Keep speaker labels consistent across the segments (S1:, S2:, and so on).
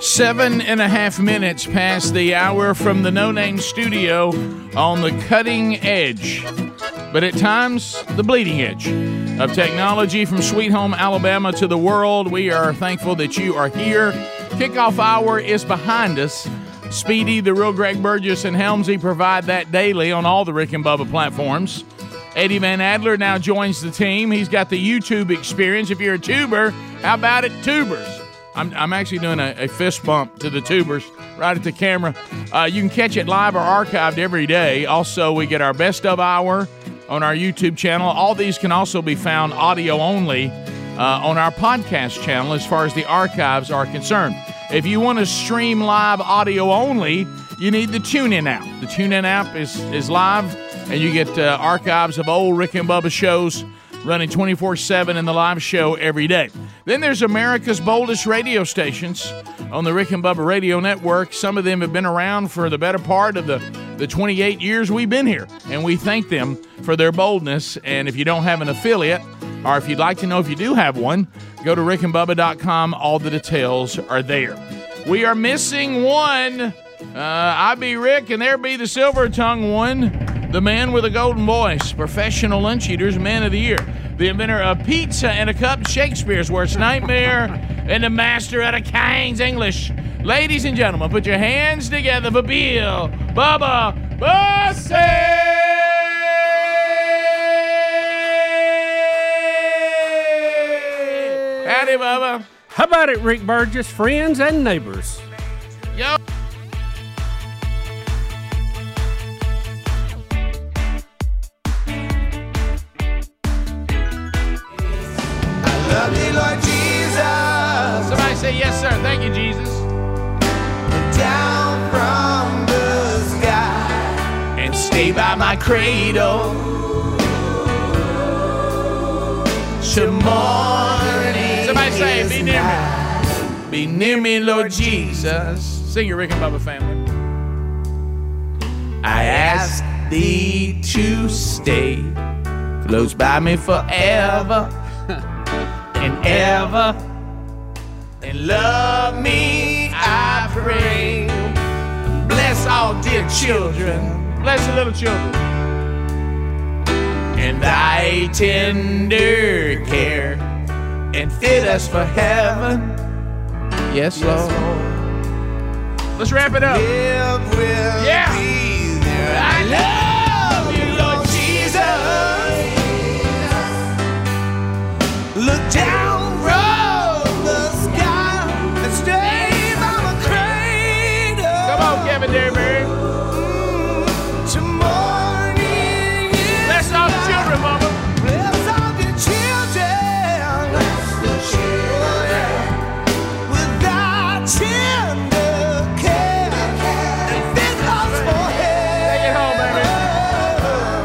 S1: Seven and a half minutes past the hour from the No Name Studio on the cutting edge, but at times the bleeding edge of technology from sweet home Alabama to the world. We are thankful that you are here. Kickoff hour is behind us. Speedy, the real Greg Burgess, and Helmsy provide that daily on all the Rick and Bubba platforms. Eddie Van Adler now joins the team. He's got the YouTube experience. If you're a tuber, how about it, tubers? I'm, I'm actually doing a, a fist bump to the tubers right at the camera. Uh, you can catch it live or archived every day. Also, we get our best of hour on our YouTube channel. All these can also be found audio only uh, on our podcast channel as far as the archives are concerned. If you want to stream live audio only, you need the TuneIn app. The TuneIn app is, is live, and you get uh, archives of old Rick and Bubba shows running 24 7 in the live show every day. Then there's America's boldest radio stations on the Rick and Bubba Radio Network. Some of them have been around for the better part of the, the 28 years we've been here, and we thank them for their boldness. And if you don't have an affiliate, or if you'd like to know if you do have one, go to rickandbubba.com. All the details are there. We are missing one. Uh, I be Rick, and there be the silver tongue one, the man with a golden voice, professional lunch eaters, man of the year, the inventor of pizza and a cup, Shakespeare's worst nightmare, and the master at a King's English. Ladies and gentlemen, put your hands together for Bill Bubba Bussey! Howdy, Bubba.
S2: How about it, Rick Burgess, friends and neighbors?
S1: Yo.
S3: Love me, Lord Jesus,
S1: Somebody say yes, sir. Thank you, Jesus.
S3: down from the sky,
S1: and stay by my cradle till morning. Somebody say, be near me. Be near me, Lord Jesus. Sing your Rick and Bubba family. I ask thee to stay close by me forever and ever and love me, I pray. Bless all dear children. Bless the little children. And thy tender care. And fit us for heaven. Yes, Lord. Let's wrap it up.
S3: live will
S1: Yeah.
S3: be there.
S1: I love you, Lord
S3: Jesus, look down from the sky and stay by my cradle.
S1: Come on, Kevin Derry.
S3: Till morning is
S1: Bless all the
S3: light.
S1: children, Mama.
S3: Bless all the children. With thy tender care. And fit us for
S1: Take it home,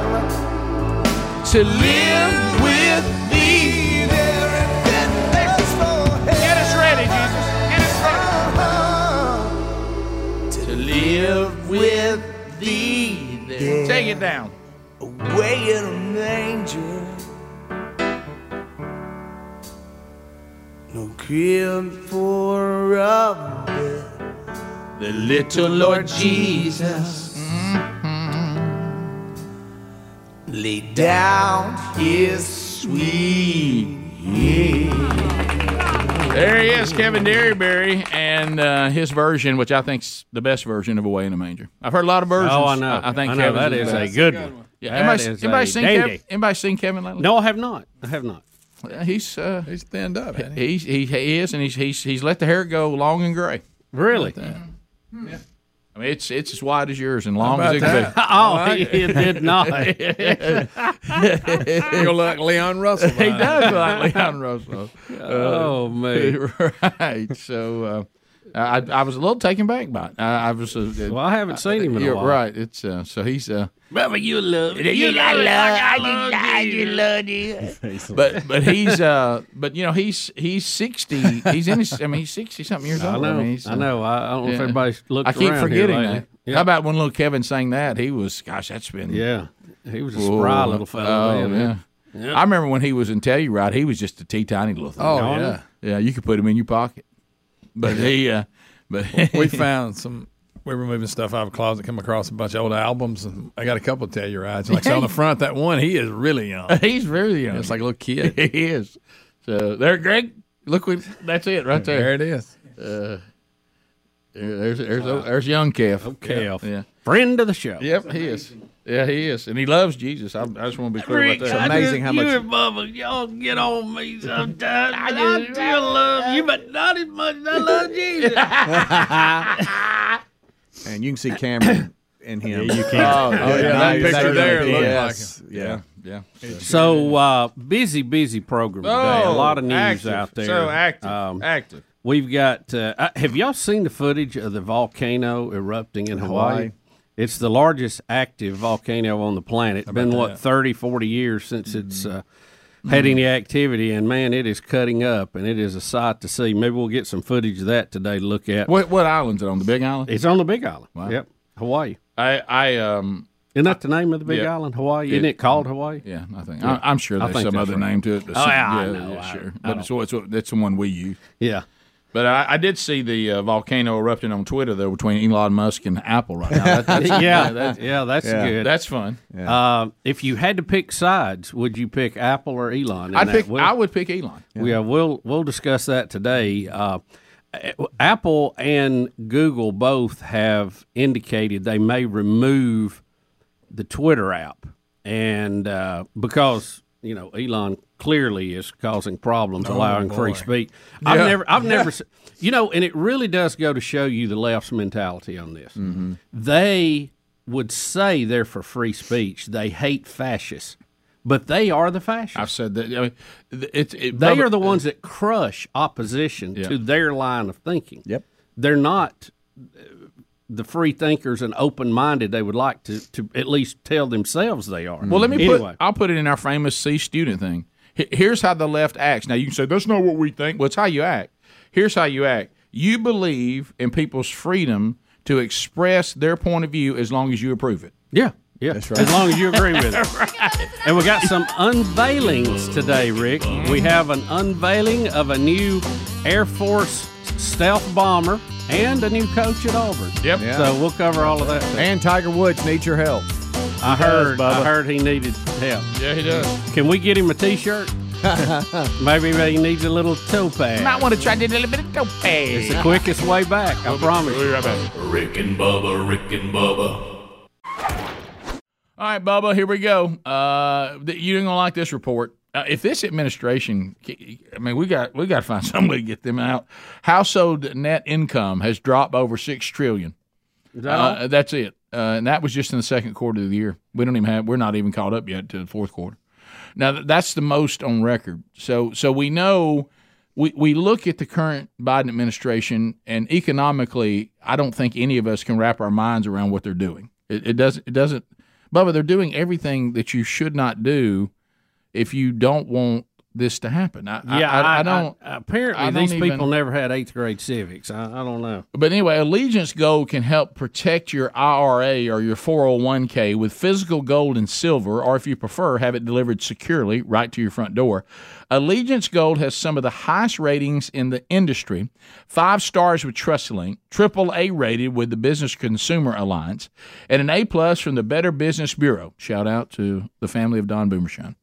S1: baby.
S3: heaven.
S1: To live with thee.
S3: Be there and fit us for
S1: Get us ready, Jesus. Get us ready. to
S3: heaven.
S1: live with thee. Take it down.
S3: Away in a manger. No crib for a bed.
S1: The little Lord Jesus.
S3: Lay down his
S1: Sweet There he is, Kevin Derryberry, and uh, his version, which I think's the best version of "Away in a Manger." I've heard a lot of versions.
S2: Oh, I know.
S1: I, I think
S2: know
S1: Kevin's
S2: that
S1: the
S2: is
S1: best.
S2: a good one.
S1: Yeah,
S2: That
S1: anybody,
S2: is a
S1: anybody seen Kevin?
S2: dandy.
S1: Anybody seen Kevin lately?
S2: No, I have not. I have not.
S1: Uh, he's uh,
S4: He's thinned up, hasn't he?
S1: he's he, he is, and he's he's he's let the hair go long and gray.
S2: Really?
S1: I mean, it's it's as wide as yours and long
S4: How
S1: as
S4: about
S1: it can
S4: that?
S2: Oh, he it did not.
S4: You look like Leon Russell.
S1: be. He does like Leon Russell.
S2: oh man.
S1: right. So uh, I I was a little taken back by it. I, I was. Uh,
S2: Well, I haven't seen him in
S1: you're
S2: a while.
S1: right. It's uh, so he's. Uh,
S2: Bubba, you love it.
S1: You love it. I love you. But but he's uh but you know he's he's sixty. He's in his. I mean he's sixty something years
S2: I
S1: old.
S2: know.
S1: mean, he's,
S2: I know. I, I don't know if
S1: yeah.
S2: everybody's looked
S1: I keep
S2: around here
S1: forgetting
S2: lately.
S1: that.
S2: Yeah.
S1: How about when little Kevin sang that? He was, gosh, that's been
S2: yeah. He was a
S1: Whoa.
S2: spry little fellow.
S1: Oh,
S2: man.
S1: yeah. I remember when he was in Telluride, he was just a tea tiny little thing.
S4: Oh, yeah.
S1: yeah, you could put him in your pocket. But he, uh, but
S4: we found some. We were moving stuff out of a closet, come across a bunch of old albums, and I got a couple of Tellurides. Like so on the front, that one, he is really young.
S1: he's really young.
S4: It's like a little kid.
S1: he is. So there, Greg. Look, we, that's it right there.
S4: There it is.
S1: There- There's there's there's young Kev.
S2: Kev.
S1: Yeah.
S2: Friend of the show.
S1: Yep, he is. Yeah, he is, and he loves Jesus. I, I just want to be clear
S2: Rick,
S1: about
S2: I
S1: that.
S4: amazing
S2: just-
S4: how
S2: you
S4: much-
S2: and Bubba, y'all get on me sometimes. I, I still love you, but not as much as I love Jesus.
S5: And you can see Cameron in him. you can.
S1: Oh, yeah,
S4: that picture there looked
S5: yes.
S4: like
S5: yeah.
S1: yeah. Oh,
S2: So uh, busy, busy program today. a lot of news
S1: active.
S2: out there.
S1: So active,
S2: Um,
S1: active.
S2: We've got. Uh, uh, have y'all seen the footage of the volcano erupting in Hawaii?
S5: Hawaii.
S2: It's the largest active volcano on the planet. Been what 30, 40 years since it's uh, had any activity, and man, it is cutting up, and it is a sight to see. Maybe we'll get some footage of that today to look at.
S1: What what island's it on? The Big Island.
S2: It's on the Big Island. Yep, Hawaii.
S1: I I um
S2: Isn't that the name of the Big
S1: Yeah.
S2: Island, Hawaii? Isn't it called Hawaii?
S1: yeah I think I, I'm sure
S2: I
S1: there's
S2: think
S1: some
S2: that's
S1: other
S2: right.
S1: name to it.
S2: Oh, yeah, I know. I-
S1: sure.
S2: I
S1: but it's, what- it's what- that's the one we use.
S2: Yeah.
S1: But I, I did see the uh, volcano erupting on Twitter though between Elon Musk and Apple right now. That, that's,
S2: Yeah, yeah, that's, good.
S1: that's fun.
S2: Uh, if you had to pick sides, would you pick Apple or Elon? in
S1: I'd
S2: that?
S1: pick.
S2: We'll,
S1: I would pick Elon.
S2: we, uh, we'll we'll discuss that today. Uh, a- Apple and Google both have indicated they may remove the Twitter app, and uh, because you know Elon clearly is causing problems, allowing free speech. I've never, I've never, se- you know, and it really does go to show you the left's mentality on this. They would say they're for free speech. They hate fascists, but they are the fascists.
S1: I've said that. I mean, th- it's it,
S2: They are the ones that crush opposition to their line of thinking.
S5: Yep.
S2: They're not uh, the free thinkers and open minded they would like to, to at least tell themselves they are.
S1: Well, let me
S2: anyway,
S1: put. I'll put it in our famous C student thing. H- Here's how the left acts. Now you can say that's not what we think. Well, it's how you act. Here's how you act. You believe in people's freedom to express their point of view as long as you approve it.
S2: Yeah. Yeah. As long as you agree with it. And we got some unveilings today, Rick. We have an unveiling of a new Air Force stealth bomber and a new coach at Auburn.
S1: Yep.
S5: Yeah.
S2: So we'll cover all of that. today.
S5: And Tiger Woods needs your help.
S2: I heard I
S5: Bubba.
S2: heard he needed help.
S1: Yeah, he does.
S2: Can we get him a T-shirt? Maybe he needs a little toe pad.
S1: Might want to try to do a little bit of dope.
S2: It's the quickest way back. I promise. you.
S1: We'll be right back.
S6: Rick and Bubba, Rick and Bubba,
S1: All right, Bubba, here we go. Uh, th- you ain't gonna like this report. Uh, if this administration, I mean, we got we got to find some way to get them out. Household net income has dropped over six trillion.
S2: Is that all?
S1: Uh, that's it, uh, and that was just in the second quarter of the year. We don't even have. We're not even caught up yet to the fourth quarter. Now th- that's the most on record. So so we know. We, we look at the current Biden administration, and economically, I don't think any of us can wrap our minds around what they're doing. It, it doesn't. It doesn't. Bubba, they're doing everything that you should not do if you don't want this to happen. I, I, I, I don't.
S2: apparently,
S1: I don't
S2: these
S1: even-
S2: people never had eighth grade civics. I, I don't know.
S1: But anyway, Allegiance Gold can help protect your IRA or your 401k with physical gold and silver, or if you prefer, have it delivered securely right to your front door. Allegiance Gold has some of the highest ratings in the industry five stars with TrustLink, triple A rated with the Business Consumer Alliance, and an A plus from the Better Business Bureau. Shout out to the family of Don Boomershine.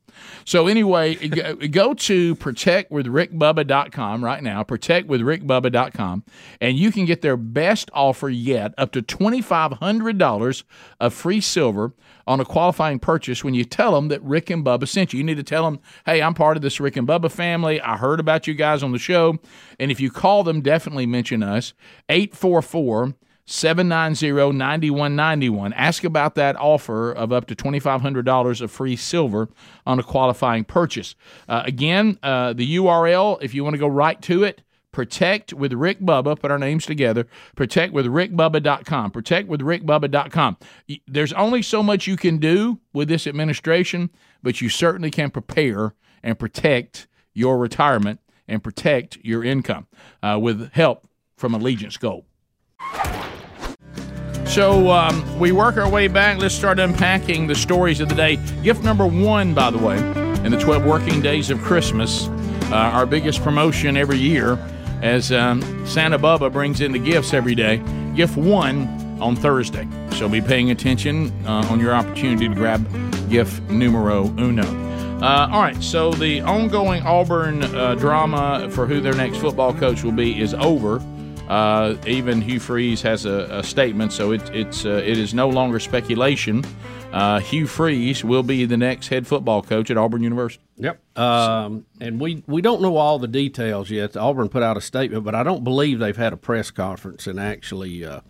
S1: So anyway, go, go to protectwithrickbubba.com right now, protectwithrickbubba.com, and you can get their best offer yet, up to $2,500 of free silver on a qualifying purchase when you tell them that Rick and Bubba sent you. You need to tell them, hey, I'm part of this Rick and Bubba family. I heard about you guys on the show. And if you call them, definitely mention us, 844- 790-9191. Ask about that offer of up to $2,500 of free silver on a qualifying purchase. Uh, again, uh, the URL, if you want to go right to it, protect with Rick Bubba, put our names together, protect with rickbubba.com, protect with rickbubba.com. Y- There's only so much you can do with this administration, but you certainly can prepare and protect your retirement and protect your income uh, with help from Allegiance Gold. So um, we work our way back. Let's start unpacking the stories of the day. Gift number one, by the way, in the 12 working days of Christmas, uh, our biggest promotion every year, as um, Santa Bubba brings in the gifts every day. Gift one on Thursday. So be paying attention uh, on your opportunity to grab gift numero uno. Uh, all right, so the ongoing Auburn uh, drama for who their next football coach will be is over. Uh, even Hugh Freeze has a, a statement, so it, it's uh, it is no longer speculation. Uh, Hugh Freeze will be the next head football coach at Auburn University.
S2: Yep. Um, and we, we don't know all the details yet. Auburn put out a statement, but I don't believe they've had a press conference and actually uh,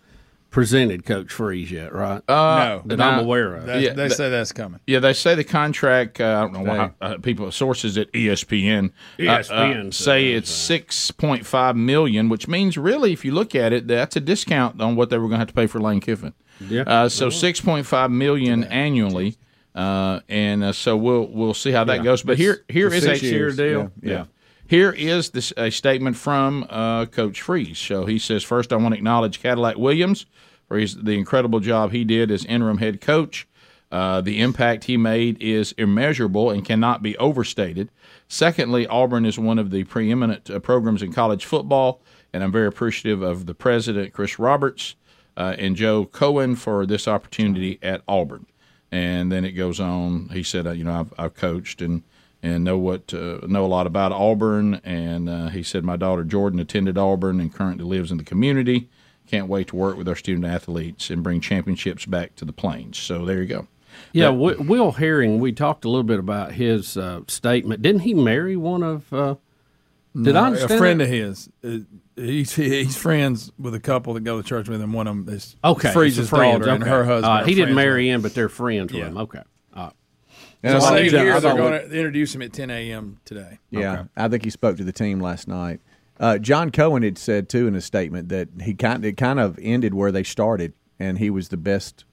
S2: presented Coach Freeze yet, right?
S4: no,
S2: that
S1: no.
S2: I'm aware of.
S4: That-
S1: yeah,
S4: they
S1: Uh, that-
S4: say that's coming.
S1: Yeah, they say the contract. Uh, I don't know why uh, people sources at E ESPN,
S2: E
S1: uh, uh,
S2: ESPN says uh,
S1: say it's six point five million, which means really, if you look at it, that's a discount on what they were going to have to pay for Lane Kiffin.
S2: Yeah.
S1: Uh, so six point five million annually, uh, and uh, so we'll we'll see how that goes. But here here is a
S5: six years.
S1: deal.
S5: Yeah. Yeah.
S1: Here is this, a statement from uh, Coach Freeze. So he says, First, I want to acknowledge Cadillac Williams for his, the incredible job he did as interim head coach. Uh, the impact he made is immeasurable and cannot be overstated. Secondly, Auburn is one of the preeminent uh, programs in college football, and I'm very appreciative of the president, Chris Roberts, uh, and Joe Cohen for this opportunity at Auburn. And then it goes on. He said, uh, "You know, I've, I've coached and and know what uh, know a lot about Auburn." And uh, he said, "My daughter Jordan attended Auburn and currently lives in the community. Can't wait to work with our student athletes and bring championships back to the plains." So there you go.
S2: Yeah, Wi- Will Herring. We talked a little bit about his uh, statement. Didn't he marry one of? Uh, did I
S4: a
S2: understand?
S4: friend
S2: that?
S4: of his. Uh, he's he's friends with a couple that go to church with him. One of them is
S2: Okay,
S4: Freeze's
S2: it's a friend,
S4: daughter and
S2: okay.
S4: her husband.
S2: Uh,
S4: are
S2: he didn't
S4: friends.
S2: marry in, but they're friends with
S4: Yeah.
S2: him. Okay. Uh,
S4: And
S5: So
S4: I
S5: I
S4: think
S5: think
S4: here
S5: I
S4: they're
S5: thought
S4: going to introduce him at 10 a.m. today.
S5: Yeah, I think he spoke to the team last night. Uh, John Cohen had said too in his statement that he kind it kind of ended where they started, and he was the best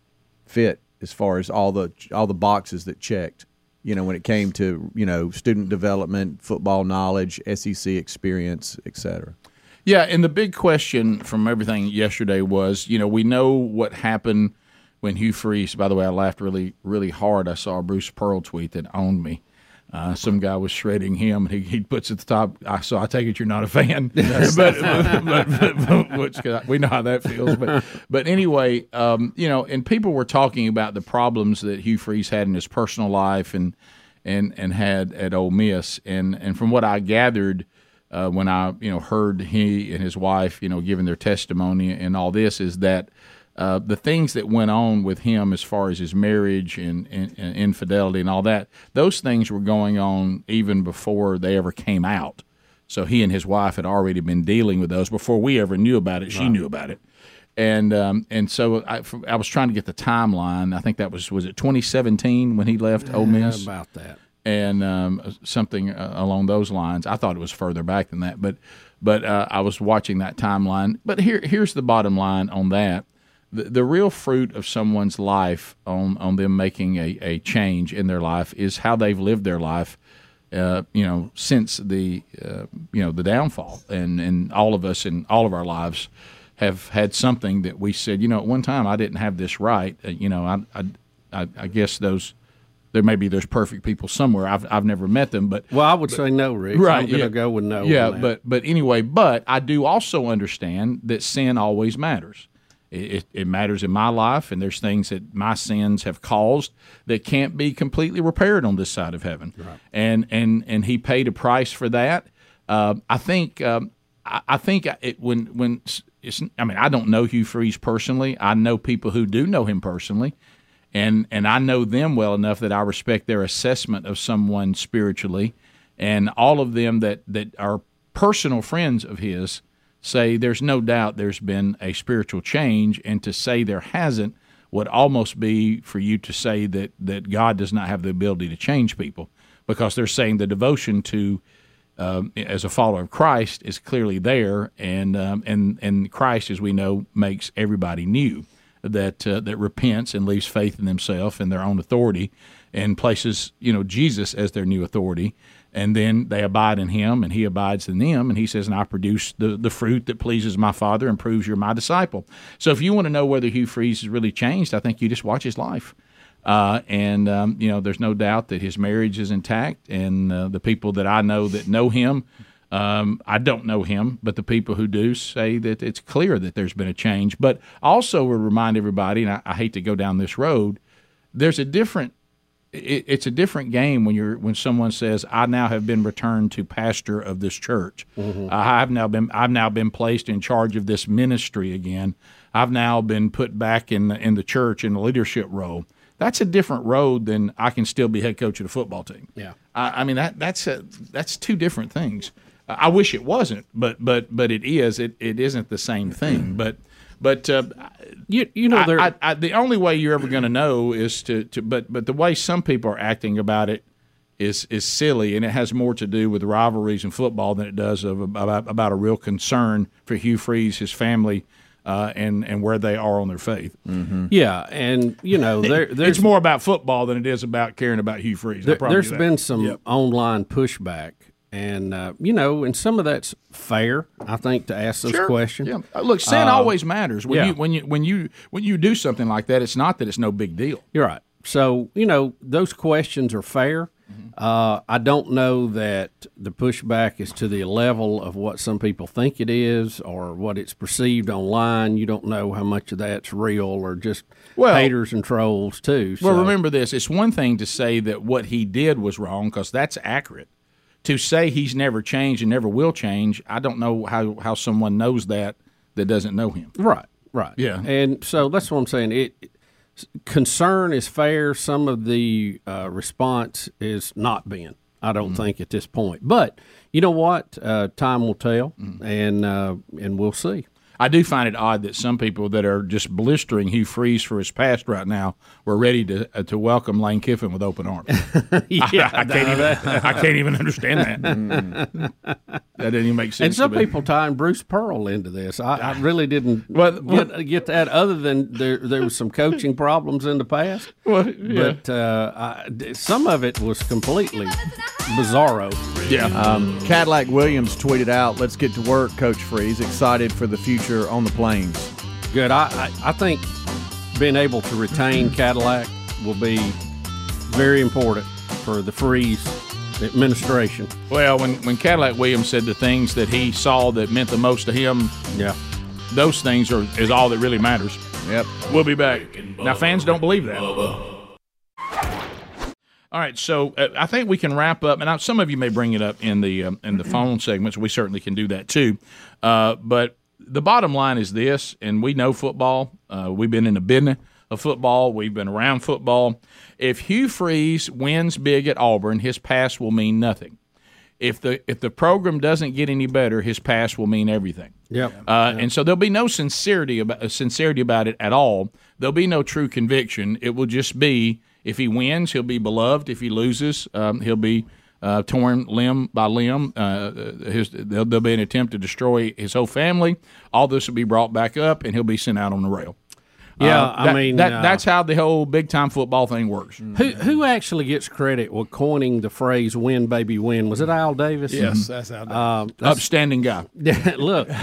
S5: fit as far as all the all the boxes that checked. You know, when it came to you know student development, football knowledge, SEC experience, et cetera.
S1: Yeah, and the big question from everything yesterday was, you know, we know what happened when Hugh Freeze. By the way, I laughed really, really hard. I saw a Bruce Pearl tweet that owned me. Uh, some guy was shredding him, and he, he puts at the top. I so I take it you're not a fan, but, but, but, but- which 'cause we know how that feels. But but anyway, um, you know, and people were talking about the problems that Hugh Freeze had in his personal life, and and and had at Ole Miss, and and from what I gathered, uh, when I you know heard he and his wife you know giving their testimony and all this is that uh, the things that went on with him as far as his marriage and, and, and infidelity and all that those things were going on even before they ever came out. So he and his wife had already been dealing with those before we ever knew about it. She knew about it. And um, and so I, f- I was trying to get the timeline. I think that was was it 2017 when he left Ole oh, Miss
S2: about that.
S1: and um, something uh, along those lines. I thought it was further back than that, but but uh, I was watching that timeline. But here here's the bottom line on that: the, the real fruit of someone's life on on them making a, a change in their life is how they've lived their life. Uh, you know, since the uh, you know the downfall, and and all of us in all of our lives have had something that we said, you know, at one time I didn't have this right. Uh, you know, I I, I, I guess those there may be there's perfect people somewhere. I've I've never met them, but
S2: Well, I would say no, Rick. So
S1: Right,
S2: I'm going to
S1: yeah.
S2: go with no. on
S1: yeah,
S2: that.
S1: but but anyway, but I do also understand that sin always matters, It, it, it matters in my life, and there's things that my sins have caused that can't be completely repaired on this side of heaven. And and and He paid a price for that. Uh, I think um, I, I think it, when when s- it's, I mean I don't know Hugh Freeze personally. I know people who do know him personally, and and I know them well enough that I respect their assessment of someone spiritually, and all of them that that are personal friends of his say there's no doubt there's been a spiritual change, and to say there hasn't would almost be for you to say that that God does not have the ability to change people because they're saying the devotion to um, as a follower of Christ is clearly there, and um, and and Christ, as we know, makes everybody new that uh, that repents and leaves faith in themselves and their own authority, and places you know Jesus as their new authority, and then they abide in Him, and He abides in them, and He says, "And I produce the the fruit that pleases My Father and proves you're My disciple." So, if you want to know whether Hugh Freeze has really changed, I think you just watch his life. Uh, and um, you know, there's no doubt that his marriage is intact, and uh, the people that I know that know him, um, I don't know him, but the people who do say that it's clear that there's been a change. But I also, would remind everybody, and I, I hate to go down this road, there's a different. It, it's a different game when you're when someone says, "I now have been returned to pastor of this church. I've now been I've now been placed in charge of this ministry again. I've now been put back in the, in the church in the leadership role." That's a different road than I can still be head coach of the football team.
S2: Yeah.
S1: I, I mean that that's a, that's two different things. I I wish it wasn't, but but but it is. It it isn't the same thing. But but uh,
S2: You you know there.
S1: I, I, I, the only way you're ever going to know is to, to but but the way some people are acting about it is is silly, and it has more to do with rivalries in football than it does of about, about a real concern for Hugh Freeze, his family, uh, and and where they are on their faith.
S2: Mm-hmm. yeah, and you know there Mm. there's
S1: It's more about football than it is about caring about Hugh Freeze. I
S2: there,
S1: promise
S2: has
S1: you that.
S2: been some online pushback, and uh, you know, and some of that's fair. I think to ask those questions.
S1: Yeah. Uh, Look, sin always matters. When
S2: Um, yeah.
S1: you when you when you when you do something like that, it's not that it's no big deal.
S2: You're right. So you know those questions are fair.
S1: Mm-hmm.
S2: Uh, I don't know that the pushback is to the level of what some people think it is, or what it's perceived online. You don't know how much of that's real or just
S1: Well-
S2: haters and trolls too. So.
S1: Well, remember this. It's one thing to say that what he did was wrong because that's accurate. To say he's never changed and never will change, I don't know how, how someone knows that that doesn't know him.
S2: Right, right.
S1: Yeah.
S2: And so that's what I'm saying. It concern is fair. Some of the uh, response is not being. I don't
S1: Mm-hmm.
S2: think at this point. But you know what? Uh, time will tell,
S1: Mm-hmm.
S2: and uh, and we'll see.
S1: I do find it odd that some people that are just blistering Hugh Freeze for his past right now were ready to uh, to welcome Lane Kiffin with open arms.
S2: yeah.
S1: I can't even I can't even understand that. that didn't even make sense.
S2: and some
S1: to me.
S2: people tying Bruce Pearl into this. I, I really didn't
S1: Well,
S2: get, get that other than there there was some coaching problems in the past.
S1: Well, yeah.
S2: But uh, I d some of it was completely bizarro.
S1: yeah.
S5: Cadillac Williams tweeted out, "Let's get to work, Coach Freeze. Excited for the future on the plains."
S2: good. I, I, I think being able to retain Cadillac will be very important for the Freeze administration.
S1: well, when when Cadillac Williams said the things that he saw that meant the most to him,
S2: Yeah.
S1: those things are is all that really matters.
S5: Yep.
S1: We'll be back. Now, fans don't believe that. All
S6: Bubba,
S1: right, so uh, I think we can wrap up, and I, some of you may bring it up in the um, in the phone segments. We certainly can do that too. Uh, but the bottom line is this, and we know football. Uh, we've been in the business of football. We've been around football. If Hugh Freeze wins big at Auburn, his pass will mean nothing. If the if the program doesn't get any better, his pass will mean everything.
S2: Yep.
S1: Uh, and so there'll be no sincerity about uh, sincerity about it at all. There'll be no true conviction. It will just be if he wins, he'll be beloved. If he loses, um, he'll be uh, torn limb by limb. Uh, his, there'll, there'll be an attempt to destroy his whole family. All this will be brought back up, and he'll be sent out on the rail.
S2: Yeah,
S1: Uh,
S2: I
S1: that-
S2: mean,
S1: that,
S2: uh, Mm,
S1: that's how the whole big time football thing works.
S2: Who, who actually gets credit with coining the phrase "win, baby, win"? Was it Al Davis?
S7: Yes,
S1: Mm-hmm.
S7: that's how that.
S1: Upstanding guy.
S2: Look, win,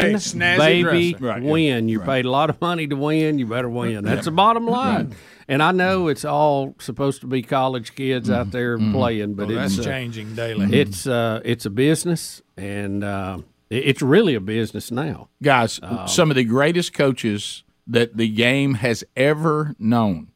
S7: Hey, snazzy
S2: baby,
S7: dresser.
S1: Right, yeah.
S2: win. You paid a lot of money to win. You better win. That's the bottom line. And I know it's all supposed to be college kids out there playing, but
S7: well,
S2: it's
S7: that's
S2: uh,
S7: changing daily.
S2: It's uh, it's a business, and uh, it- it's really a business now.
S1: guys, some of the greatest coaches that the game has ever known.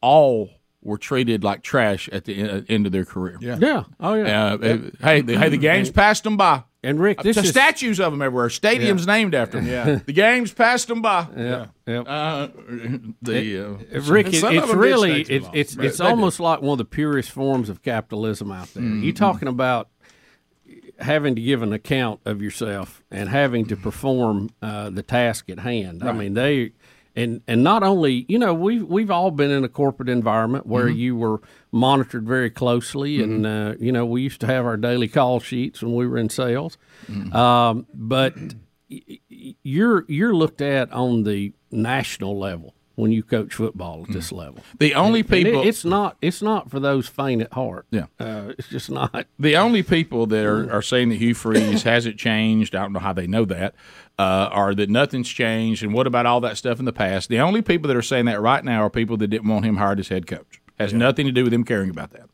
S1: All were treated like trash at the e- end of their career. Yeah.
S2: Yeah. Oh yeah.
S1: Uh, Hey, the, hey, the game's passed them by.
S2: and Rick, this
S1: the
S2: is
S1: statues of them everywhere. Stadiums named after them. Yeah. the game's passed them by.
S2: Yeah. yeah.
S1: Uh, the uh,
S2: Rick, it-
S4: some of
S2: it's
S4: them did
S2: really
S4: stay too
S2: it's
S4: long.
S2: it's,
S4: Right,
S2: it's
S4: they did.
S2: almost like one of the purest forms of capitalism out there.
S4: Mm-hmm.
S2: You talking about having to give an account of yourself and having to perform uh, the task at hand. I mean, they and and not only you know we've we've all been in a corporate environment where
S4: Mm-hmm.
S2: you were monitored very closely, and uh, you know we used to have our daily call sheets when we were in sales,
S4: Mm-hmm.
S2: um, but you're you're looked at on the national level when you coach football at this level.
S1: the only
S2: And it-
S1: people
S2: it's not it's not for those faint at heart.
S1: Yeah.
S2: uh, it's just not.
S1: the only people that are, are saying that Hugh Freeze hasn't changed, I don't know how they know that, uh, are that nothing's changed, and what about all that stuff in the past? The only people that are saying that right now are people that didn't want him hired as head coach. Has nothing to do with him caring about that.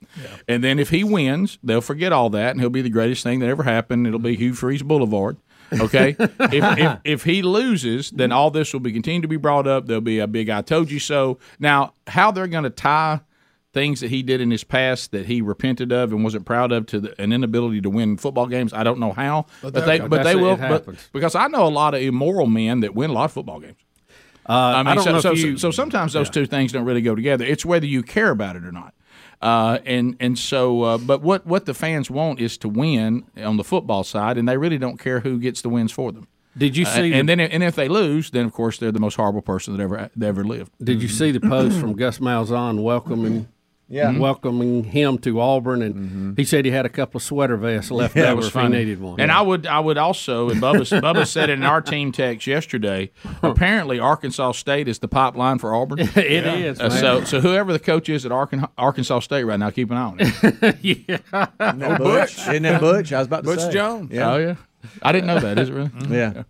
S1: And then if he wins, they'll forget all that, and he'll be the greatest thing that ever happened. It'll be Hugh Freeze Boulevard. Okay, if, if if he loses, then all this will be continue to be brought up. There'll be a big "I told you so." Now, how they're going to tie things that he did in his past that he repented of and wasn't proud of to the, an inability to win football games. I don't know how, but, they but
S2: that's-
S1: they
S2: it
S1: will but,
S2: happens.
S1: because I know a lot of immoral men that win a lot of football games. I mean,
S2: Uh, don't
S1: so,
S2: know if
S1: so,
S2: you-
S1: so sometimes those two things don't really go together. It's whether you care about it or not. Uh, and and so, uh, but what what the fans want is to win on the football side, and they really don't care who gets the wins for them.
S2: Did you
S1: Uh,
S2: see?
S1: and
S2: the,
S1: then and if they lose, then of course they're the most horrible person that ever that ever lived.
S2: did you see the post from Gus Malzahn welcoming? Yeah, welcoming him to Auburn, and he said he had a couple of sweater vests left
S1: That
S2: over
S1: was
S2: if
S1: funny.
S2: he needed one.
S1: And I would, I would also, and Bubba, Bubba said it in our team text yesterday. Apparently, Arkansas State is the pipeline for Auburn.
S2: It is,
S1: Uh,
S2: man.
S1: so, so whoever the coach is at Arkan, Arkansas State right now, keep an eye on him.
S3: Isn't that Butch? Isn't that Butch? I was about to
S4: Butch
S3: say.
S4: Jones.
S3: Yeah.
S1: Oh yeah, I didn't know that. Is it really?
S5: Mm-hmm.
S3: Yeah.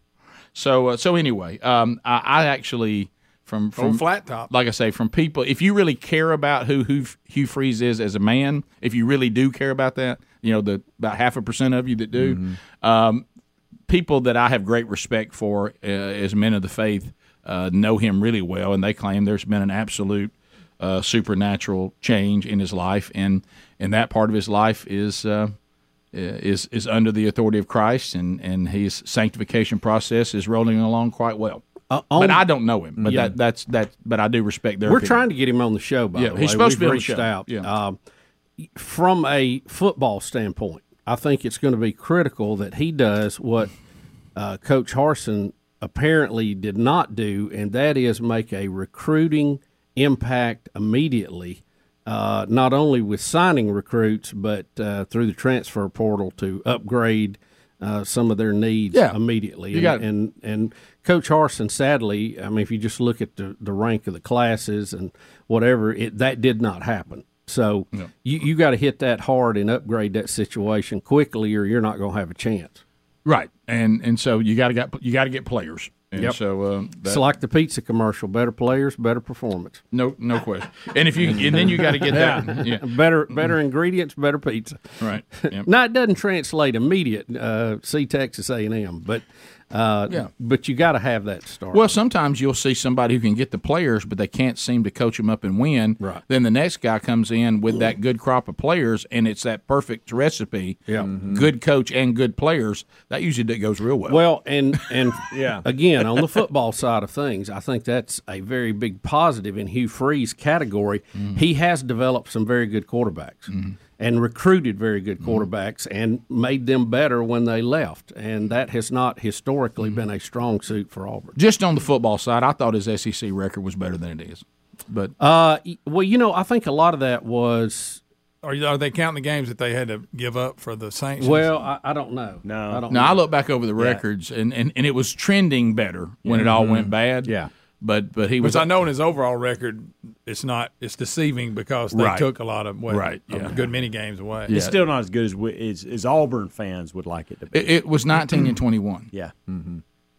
S1: So, uh, so anyway, um, I, I actually from from
S4: Old flat top.
S1: like I say, from people. If you really care about who who Hugh Freeze is as a man, if you really do care about that, you know the about half a percent of you that do, um, people that I have great respect for uh, as men of the faith uh, know him really well, and they claim there's been an absolute uh, supernatural change in his life, and and that part of his life is. Uh, is is under the authority of Christ, and and his sanctification process is rolling along quite well.
S2: Uh, on-
S1: but I don't know him. But that that's that. But I do respect their.
S2: We're
S1: opinion.
S2: trying to get him on the show. By
S1: Yeah,
S2: the way,
S1: he's supposed to be
S2: We've
S1: on the
S2: reached
S1: show.
S2: out.
S1: Yeah.
S2: Um, from a football standpoint, I think it's going to be critical that he does what uh, Coach Harson apparently did not do, and that is make a recruiting impact immediately. Uh, not only with signing recruits, but uh, through the transfer portal to upgrade uh, some of their needs
S1: Yeah.
S2: immediately.
S1: You got it.
S2: and, and and Coach Harson, sadly, I mean, if you just look at the, the rank of the classes and whatever, it that did not happen. So you you got to hit that hard and upgrade that situation quickly, or you're not going to have a chance.
S1: right, and and so you got to got you got to get players. And So um, that-
S2: It's like the pizza commercial: better players, better performance,
S1: no no question. And if you and then you got to get that. Yeah.
S2: better better ingredients, better pizza.
S1: Right. Yeah.
S2: Now it doesn't translate immediate. Uh, see Texas A and M, but uh,
S1: Yeah.
S2: but you got to have that start.
S1: Well, sometimes you'll see somebody who can get the players, but they can't seem to coach them up and win.
S2: Right.
S1: Then the next guy comes in with that good crop of players, and it's that perfect recipe.
S2: Yeah.
S1: Good coach and good players. That usually goes real well.
S2: Well, and and yeah. again on the football side of things, I think that's a very big positive in Hugh Freeze category.
S1: Mm-hmm.
S2: He has developed some very good quarterbacks and recruited very good
S1: Mm-hmm.
S2: quarterbacks and made them better when they left, and that has not historically
S1: Mm-hmm.
S2: been a strong suit for Auburn.
S1: Just on the football side, I thought his SEC record was better than it is. But
S2: Uh, y- well, you know, I think a lot of that was.
S4: Are, you- are they counting the games that they had to give up for the sanctions?
S2: Well, I, I don't know. No, I don't.
S1: now
S2: know.
S1: I look back over the records, and, and, and it was trending better when it all went bad.
S3: Yeah.
S1: But but he was
S4: Which I know in his overall record, it's not. It's deceiving because they
S1: Right.
S4: took a lot of what,
S1: Right,
S4: a
S1: yeah.
S4: good many games away.
S8: It's still not as good as, we, as as Auburn fans would like it to be.
S1: It, it was nineteen and twenty one.
S8: Yeah,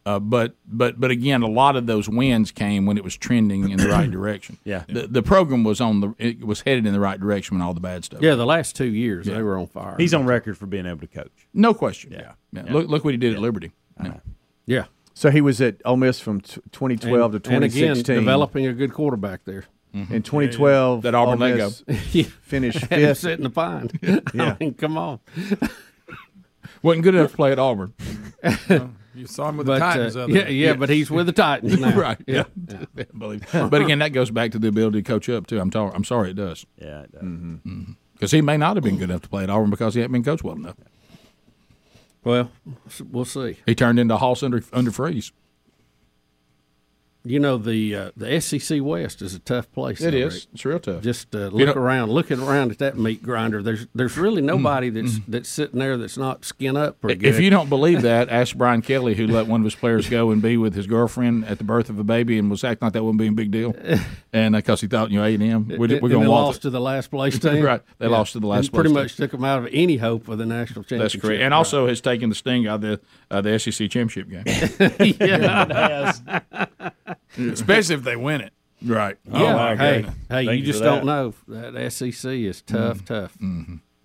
S1: Uh, but but but again, a lot of those wins came when it was trending in the right direction.
S8: Yeah.
S1: the, the program was on the it was headed in the right direction when all the bad stuff.
S2: yeah, the last two years they were on fire.
S8: he's on record for being able to coach.
S1: no question. Yeah, Look look what he did at Liberty. Yeah.
S2: yeah.
S5: So he was at Ole Miss from t- 2012 to
S2: and again,
S5: 2016.
S2: developing a good quarterback there.
S5: in 2012,
S1: That Auburn
S5: Ole
S1: lingo.
S5: Miss finished
S2: Yeah,
S5: fifth.
S2: sitting the pine.
S5: Yeah.
S2: I mean, come on.
S1: Wasn't good enough to play at Auburn.
S4: You saw him with
S2: But
S4: the
S2: uh,
S4: Titans. the other
S2: yeah, yeah,
S4: day.
S2: but he's with the Titans now.
S1: right. Yeah. Unbelievable. but again, that goes back to the ability to coach up too. I'm tar- I'm sorry it does.
S8: Yeah, it does.
S1: Because he may not have been good enough to play at Auburn because he hadn't been coached well enough.
S2: Well, s- we'll see.
S1: He turned into Hoss under under freeze.
S2: You know the uh, the SEC West is a tough place.
S1: It
S2: though,
S1: is.
S2: Rick.
S1: It's real tough.
S2: Just uh, look
S1: You know-
S2: around, looking around at that meat grinder. There's there's really nobody that's that's sitting there that's not skin up pretty good.
S1: Hmm. If you don't believe that, ask Brian Kelly, who let one of his players go and be with his girlfriend at the birth of a baby, and was acting like that wouldn't be a big deal, and because he thought you know A and M, we're,
S2: And
S1: we're going
S2: they
S1: to
S2: lost
S1: lost.
S2: to the last place team.
S1: Right. They lost to the last
S2: And pretty
S1: place
S2: much took them out of any hope of the national
S1: That's
S2: championship.
S1: correct, and also has taken the sting out of the uh, the SEC championship game.
S4: especially if they win it. Right.
S2: Yeah.
S8: Oh, my
S2: hey,
S8: goodness.
S2: hey,
S8: Thank
S2: you
S8: you
S2: just
S8: for that. Mm.
S2: don't know. That SEC is tough, tough.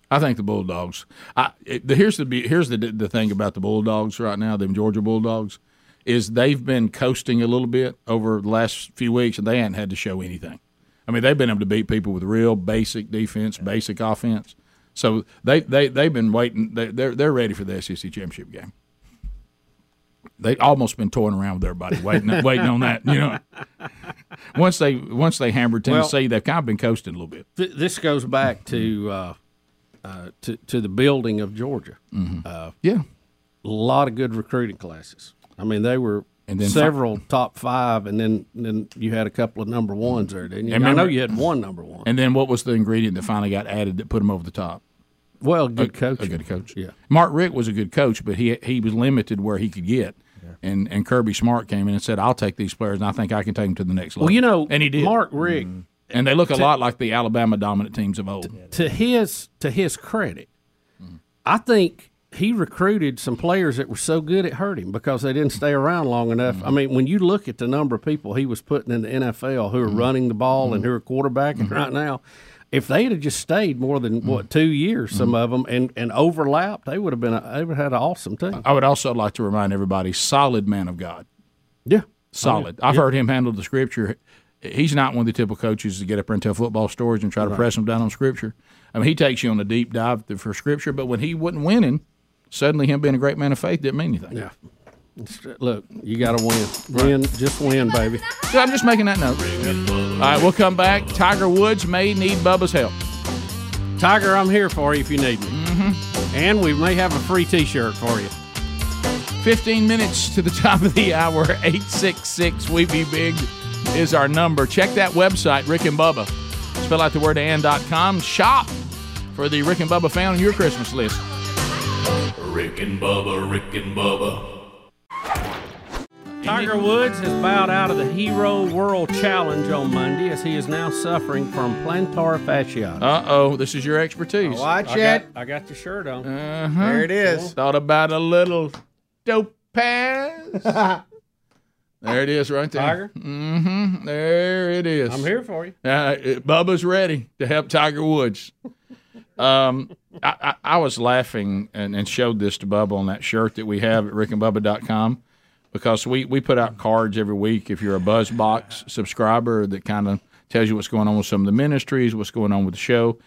S1: I think the Bulldogs. I it, the, here's the be- here's the the thing about the Bulldogs right now, them Georgia Bulldogs, is they've been coasting a little bit over the last few weeks, and they haven't had to show anything. I mean, they've been able to beat people with real basic defense, basic offense. So they they they've been waiting. They, they're they're ready for the SEC championship game. They almost been toying around with everybody, waiting waiting on that. You know, once they once they hammered Tennessee, they've kind of been coasting a little bit.
S2: Th- this goes back to uh, uh, to to the building of Georgia.
S1: Yeah.
S2: A lot of good recruiting classes. I mean, they were
S1: And then fi-
S2: several top five, and then then you had a couple of number ones there, didn't you?
S1: And
S2: I know
S1: remember-
S2: you had one number one.
S1: And then what was the ingredient that finally got added that put him over the top?
S2: well, good
S1: A-
S2: coach.
S1: A good coach.
S2: Yeah.
S1: Mark Rick was a good coach, but he he was limited where he could get. And and Kirby Smart came in and said, "I'll take these players, and I think I can take them to the next level."
S2: Well, you know,
S1: and he did.
S2: Mark Rick.
S8: Mm.
S1: and they look a lot like the Alabama dominant teams of old.
S2: to his to his credit, I think he recruited some players that were so good it hurt him because they didn't stay around long enough. I mean, when you look at the number of people he was putting in the NFL who are running the ball and who are quarterbacking right now, if they had just stayed more than what two years, some of them and and overlapped, they would have been a, they would have had an awesome team.
S1: I would also like to remind everybody: solid man of God,
S2: Yeah,
S1: solid. I've heard him handle the scripture. He's not one of the typical coaches to get up there and tell football stories and try to press them down on scripture. I mean, he takes you on a deep dive for scripture, but when he wasn't winning, suddenly him being a great man of faith didn't mean anything.
S2: yeah. It's- Look, you got to win, win, just win, baby.
S1: So I'm just making that note. All right, we'll come back. Tiger Woods may need Bubba's help.
S2: Tiger, I'm here for you if you need me, and we may have a free T-shirt for you.
S1: 15 minutes to the top of the hour. 866 We Be Big is our number. Check that website, Rick and Bubba. Spell out the word and.com. Shop for the Rick and Bubba found on your Christmas list.
S6: Rick and Bubba, Rick and Bubba.
S2: Tiger Woods has bowed out of the Hero World Challenge on Monday as he is now suffering from plantar fasciitis.
S1: Uh oh, this is your expertise.
S9: Watch
S2: I
S9: it.
S2: got, I got your shirt on.
S9: There it is.
S1: Thought about a little dope pass. there it is right there.
S2: Tiger?
S1: Mm-hmm. There it is.
S2: I'm here for you.
S1: Uh, Bubba's ready to help Tiger Woods. Um, I, I, I was laughing and, and showed this to Bubba on that shirt that we have at rickandbubba.com because we, we put out cards every week. If you're a Buzzbox subscriber, that kind of tells you what's going on with some of the ministries, what's going on with the show.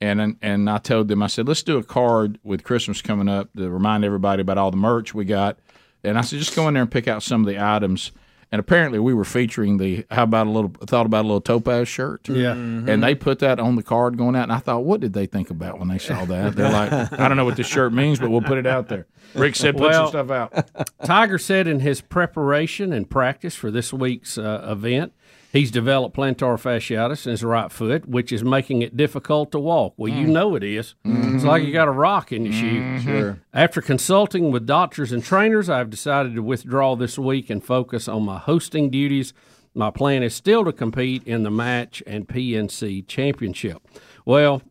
S1: And, and and I told them, I said, let's do a card with Christmas coming up to remind everybody about all the merch we got. And I said, just go in there and pick out some of the items. And apparently, we were featuring the how about a little thought about a little topaz shirt.
S2: Yeah.
S1: And they put that on the card going out. And I thought, what did they think about when they saw that? They're like, I don't know what this shirt means, but we'll put it out there. Rick said, put
S2: Well-
S1: some stuff out.
S2: Tiger said in his preparation and practice for this week's uh, event, he's developed plantar fasciitis in his right foot, which is making it difficult to walk. Well, you know it is. It's like you got a rock in your shoe. Sure. After consulting with doctors and trainers, I've decided to withdraw this week and focus on my hosting duties. My plan is still to compete in the match and PNC championship. Well,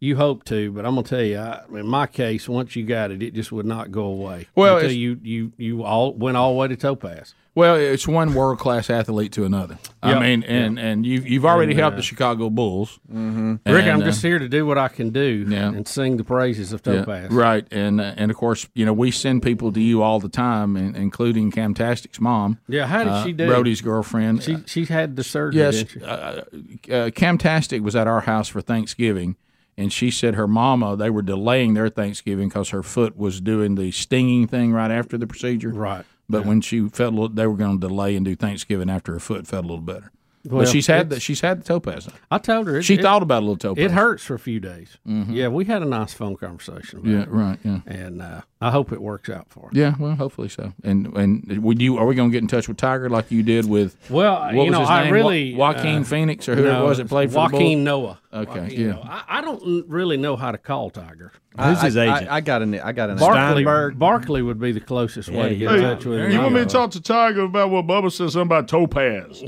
S2: You hope to, but I'm gonna tell you, I, in my case, once you got it, it just would not go away.
S1: Well,
S2: until
S1: it's-
S2: you you you all went all the way to Topaz.
S1: Well, it's one world class athlete to another. I
S2: Yep. uh,
S1: mean, and and you you've already helped the Chicago Bulls. Mm-hmm.
S2: Rick, I'm just here to do what I can do
S1: yeah.
S2: and sing the praises of Topaz.
S1: right, and uh, and of course, you know we send people to you all the time, and, including Camtastic's mom, Uh,
S2: Yeah, how did she do?
S1: Brody's girlfriend. Uh,
S2: She she had the surgery.
S1: yes,
S2: didn't she?
S1: uh, uh, Camtastic was at our house for Thanksgiving, and she said her mama they were delaying their Thanksgiving because her foot was doing the stinging thing right after the procedure.
S2: Right.
S1: But when she felt a little, they were going to delay and do Thanksgiving after her foot felt a little better. but she's had the, she's had the topaz.
S2: I told her it,
S1: She
S2: it-
S1: thought about a little topaz.
S2: it hurts for a few days. Yeah, we had a nice phone conversation. About
S1: Yeah,
S2: it,
S1: right. Yeah,
S2: and uh, I hope it works out for her.
S1: yeah. Well, hopefully so. And and would you are we going to get in touch with Tiger like you did with
S2: Well,
S1: what
S2: you
S1: was
S2: know,
S1: his
S2: I
S1: name? Wa-
S2: really
S1: Joaquin
S2: uh,
S1: Phoenix or who it
S2: no,
S1: was that played for the
S2: Joaquin
S1: Bulls?
S2: Noah.
S1: Okay,
S2: Joaquin
S1: yeah.
S2: Noah. I, I don't n- really know how to call Tiger.
S8: Who's
S5: I-
S8: his
S5: I-
S8: agent?
S5: I, I got an I got an
S2: Barkley,
S8: Steinberg.
S2: Barkley would be the closest way to
S8: Yeah,
S2: get
S8: yeah.
S2: in touch with him.
S1: talk to Tiger about what Bubba said? Something about topaz.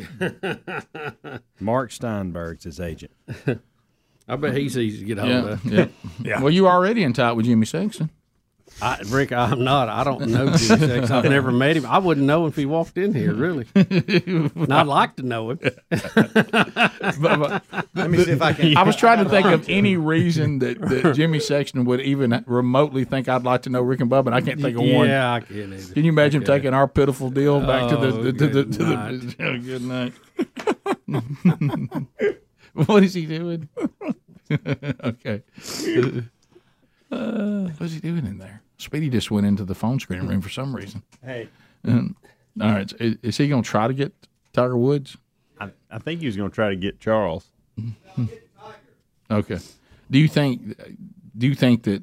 S8: Mark Steinberg's his agent.
S2: I bet he's easy to get hold
S1: Yeah,
S2: of.
S1: yeah. Well, you already in tight with Jimmy Sexton.
S2: I, Rick, I'm not. I don't know Jimmy Sexton. I've never met him. I wouldn't know him if he walked in here, really. and I'd like to know him.
S5: Let me see if I can.
S1: I was trying to think of any reason that, that Jimmy Sexton would even remotely think I'd like to know Rick and Bubba, and I can't think of one.
S2: yeah, I can't either.
S1: Can you imagine him taking our pitiful deal back to
S2: Oh,
S1: the, the, to the,
S2: good
S1: to the, Oh, good night. Oh, what is he doing? okay. Uh, what's he doing in there? Speedy just went into the phone screen room for some reason.
S8: Hey.
S1: Um, all right. so Is, is he going to try to get Tiger Woods?
S8: I, I think he was going to try to get Charles.
S1: Okay. Do you think? Do you think that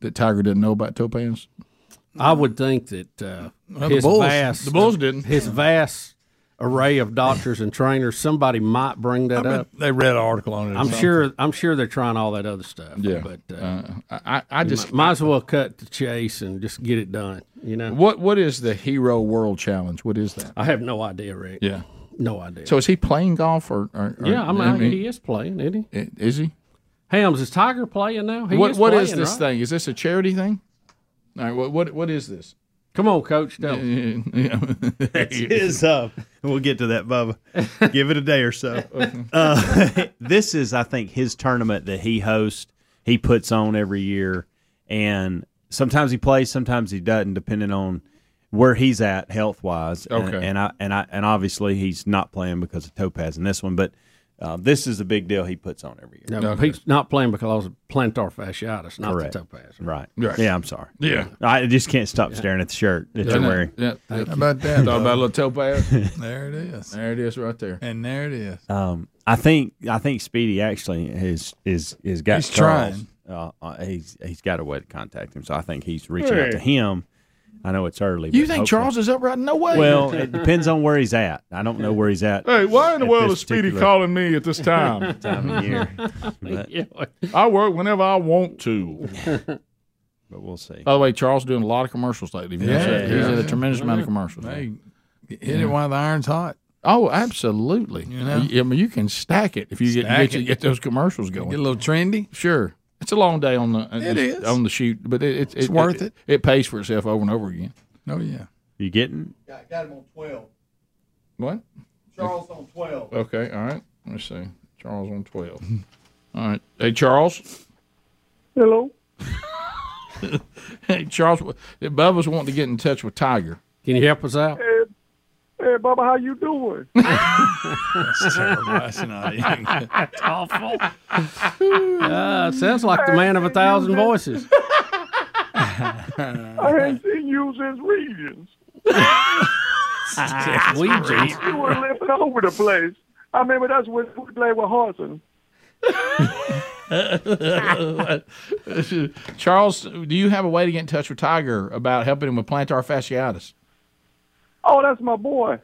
S1: that Tiger didn't know about Topaz?
S2: I would think that uh, his vast,
S1: the Bulls didn't.
S2: his vast array of doctors and trainers, somebody might bring that up.
S4: They read an article on it. or
S2: I'm
S4: something.
S2: sure. I'm sure they're trying all that other stuff.
S1: Yeah.
S2: but uh,
S1: I, I- I just
S2: might as well cut the chase and just get it done. You know,
S1: what what is the Hero World Challenge? What is that?
S2: I have no idea, Rick.
S1: Yeah.
S2: No idea.
S1: So is he playing golf or? or, or
S2: yeah, I mean,
S1: I mean,
S2: he is playing, isn't he?
S1: is he?
S2: Hams is Tiger playing now? He
S1: What
S2: is
S1: what is
S2: playing,
S1: this
S2: right?
S1: thing? Is this a charity thing? All right. What what what is this?
S2: Come on, Coach. Tell me.
S1: yeah.
S8: is uh we'll get to that bubba give it a day or so uh, this is i think his tournament that he hosts he puts on every year and sometimes he plays sometimes he doesn't depending on where he's at health wise and,
S1: Okay.
S8: and i and i and obviously he's not playing because of topaz in this one but uh, this is a big deal he puts on every year
S2: No, he's not playing because of plantar fasciitis, not
S8: Correct.
S2: the topaz.
S8: right
S1: Right.
S8: yeah i'm sorry
S1: Yeah.
S8: i just can't stop staring at the shirt that you're wearing
S1: Yeah. How
S4: How about that?
S1: Thought about a little topaz.
S4: there it is.
S1: there it is, right there.
S4: And there it is.
S8: Um, I think I think Speedy actually is is is got.
S4: He's
S8: Charles. Uh, uh, he's he's got a way to contact him, so I think he's reaching out to him. I know it's early.
S1: You
S8: but
S1: think
S8: hopefully-
S1: Charles is up right? No way.
S8: Well, it depends on where he's at. I don't know where he's at.
S1: Hey, why in the
S8: At
S1: world
S8: this
S1: is Speedy
S8: particular-
S1: calling me at this time?
S8: Time of year,
S2: Yeah.
S1: I work whenever I want to.
S8: but we'll see.
S1: By the way, Charles doing a lot of commercials lately.
S4: Yeah,
S1: Yeah, he's
S4: yeah.
S1: in a tremendous amount of commercials.
S4: Hey, hit it while the iron's hot.
S1: Oh, absolutely.
S4: know?
S1: I mean, you can stack it if you get
S4: Stack
S1: get, you
S4: it.
S1: get those commercials
S4: Get a
S1: going.
S4: little trendy.
S1: Sure, it's a long day on the
S4: It is.
S1: on the shoot, but it, it,
S4: It's worth
S1: it. It pays for itself over and over again.
S4: Oh yeah.
S8: You getting?
S1: What? Charles on twelve. Okay, all right. Let me see. Charles on twelve. all right. Hey, Charles.
S10: Hello.
S1: Hey, Charles. Bubba's wanting to get in touch with Tiger.
S2: Can you help us out?
S10: Hey, Bubba, how you doing?
S4: That's not even good.
S2: awful. Uh, sounds like the man of a thousand voices.
S10: I ain't seen you since regions.
S2: Ouija.
S10: You were living all over the place. I remember that's when we played with Harson.
S1: Charles, do you have a way to get in touch with Tiger about helping him with plantar fasciitis?
S10: Oh, that's my boy.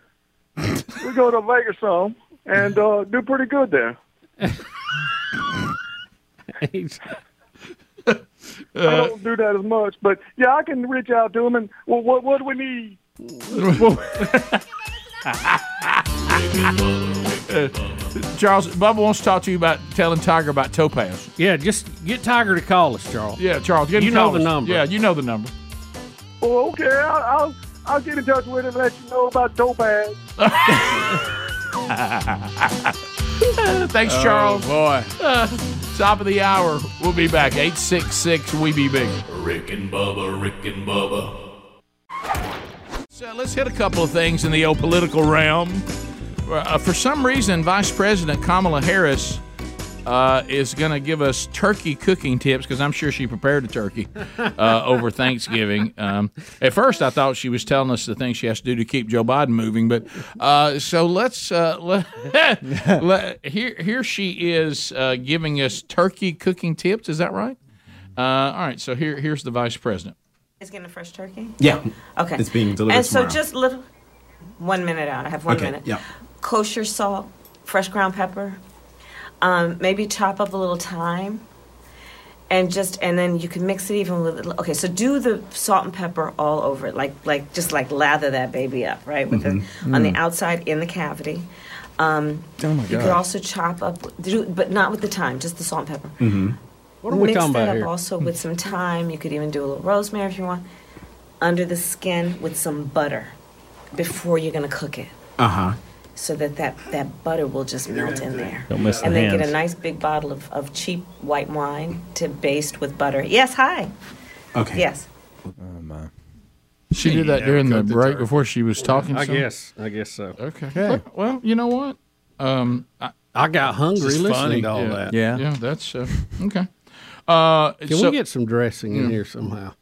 S10: we go to Vegas some and uh, do pretty good there. I don't do that as much, but yeah, I can reach out to him. And well, what what do we need?
S6: Rick and Bubba, Rick and Bubba.
S1: Charles, Bubba wants to talk to you about telling Tiger about Topaz.
S2: Yeah, just get Tiger to call us, Charles.
S1: Yeah, Charles, get him
S2: You
S1: to
S2: know
S1: call
S2: the
S1: us.
S2: number.
S1: Yeah, you know the number.
S10: Well, okay, I'll, I'll I'll get in touch with him and let you know about Topaz.
S1: Thanks,
S10: Oh,
S2: Uh,
S1: Charles.
S3: boy.
S1: top of the hour. We'll be back. 866 We Be Big.
S6: Rick and Bubba, Rick and Bubba,
S1: So let's hit a couple of things in the old political realm. Uh, for some reason, Vice President Kamala Harris uh, is going to give us turkey cooking tips because I'm sure she prepared a turkey uh, over Thanksgiving. Um, at first, I thought she was telling us the things she has to do to keep Joe Biden moving, but uh, so let's uh, let, let- here here she is uh, giving us turkey cooking tips. Is that right? Uh, all right. So here here's the Vice President.
S11: It's getting a fresh turkey?
S1: Yeah.
S11: Okay.
S1: It's being delivered
S11: And so
S1: tomorrow.
S11: just little, one minute out. I have one minute.
S12: Yeah.
S11: Kosher salt, fresh ground pepper, um, maybe chop up a little thyme, and just and then you can mix it even with. Okay, so do the salt and pepper all over it, like like just like lather that baby up, right, with the,
S13: Mhm.
S11: on the
S13: Mm.
S11: outside in the cavity. Um,
S13: Oh, my
S11: you could
S13: God.
S11: also chop up, do, but not with the thyme, just the salt and pepper.
S13: Mm-hmm.
S2: What are we
S11: Mix
S2: talking
S11: that
S2: about
S11: up
S2: here?
S11: Also with some thyme, you could even do a little rosemary if you want. Under the skin with some butter before you're gonna cook it,
S12: Uh huh.
S11: so that that, that butter will just melt in there.
S12: Don't mess the
S11: And then get a
S12: hands.
S11: nice big bottle of, of cheap white wine to baste with butter. Yes, hi.
S12: Okay.
S11: Yes.
S1: She did that during the break before she was talking.
S2: I
S1: some?
S2: guess. I guess so.
S1: Okay. Well, you know what? Um, I,
S2: I got hungry
S1: This is funny.
S2: listening to all
S1: Yeah.
S2: that.
S1: Yeah. Yeah, that's uh, okay. Uh,
S2: Can
S1: so-
S2: we get some dressing
S1: Yeah.
S2: in here somehow?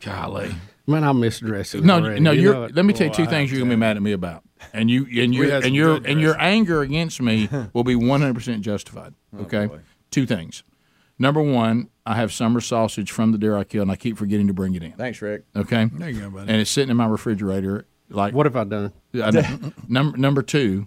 S1: Golly,
S2: man, I miss dressing.
S1: No,
S2: already.
S1: no.
S2: You
S1: You're,
S2: know it. Oh,
S1: let me tell you two things you're gonna be mad at me about, and you and
S2: We
S1: you
S2: had
S1: and
S2: some
S1: your
S2: good
S1: and your anger against me will be 100 percent justified. Okay, two things. Number one, I have summer sausage from the deer I killed, and I keep forgetting to bring it in.
S5: Thanks, Rick.
S1: Okay,
S5: There you go, buddy.
S1: And it's sitting in my refrigerator. Like, what
S2: have I done?
S1: number number two,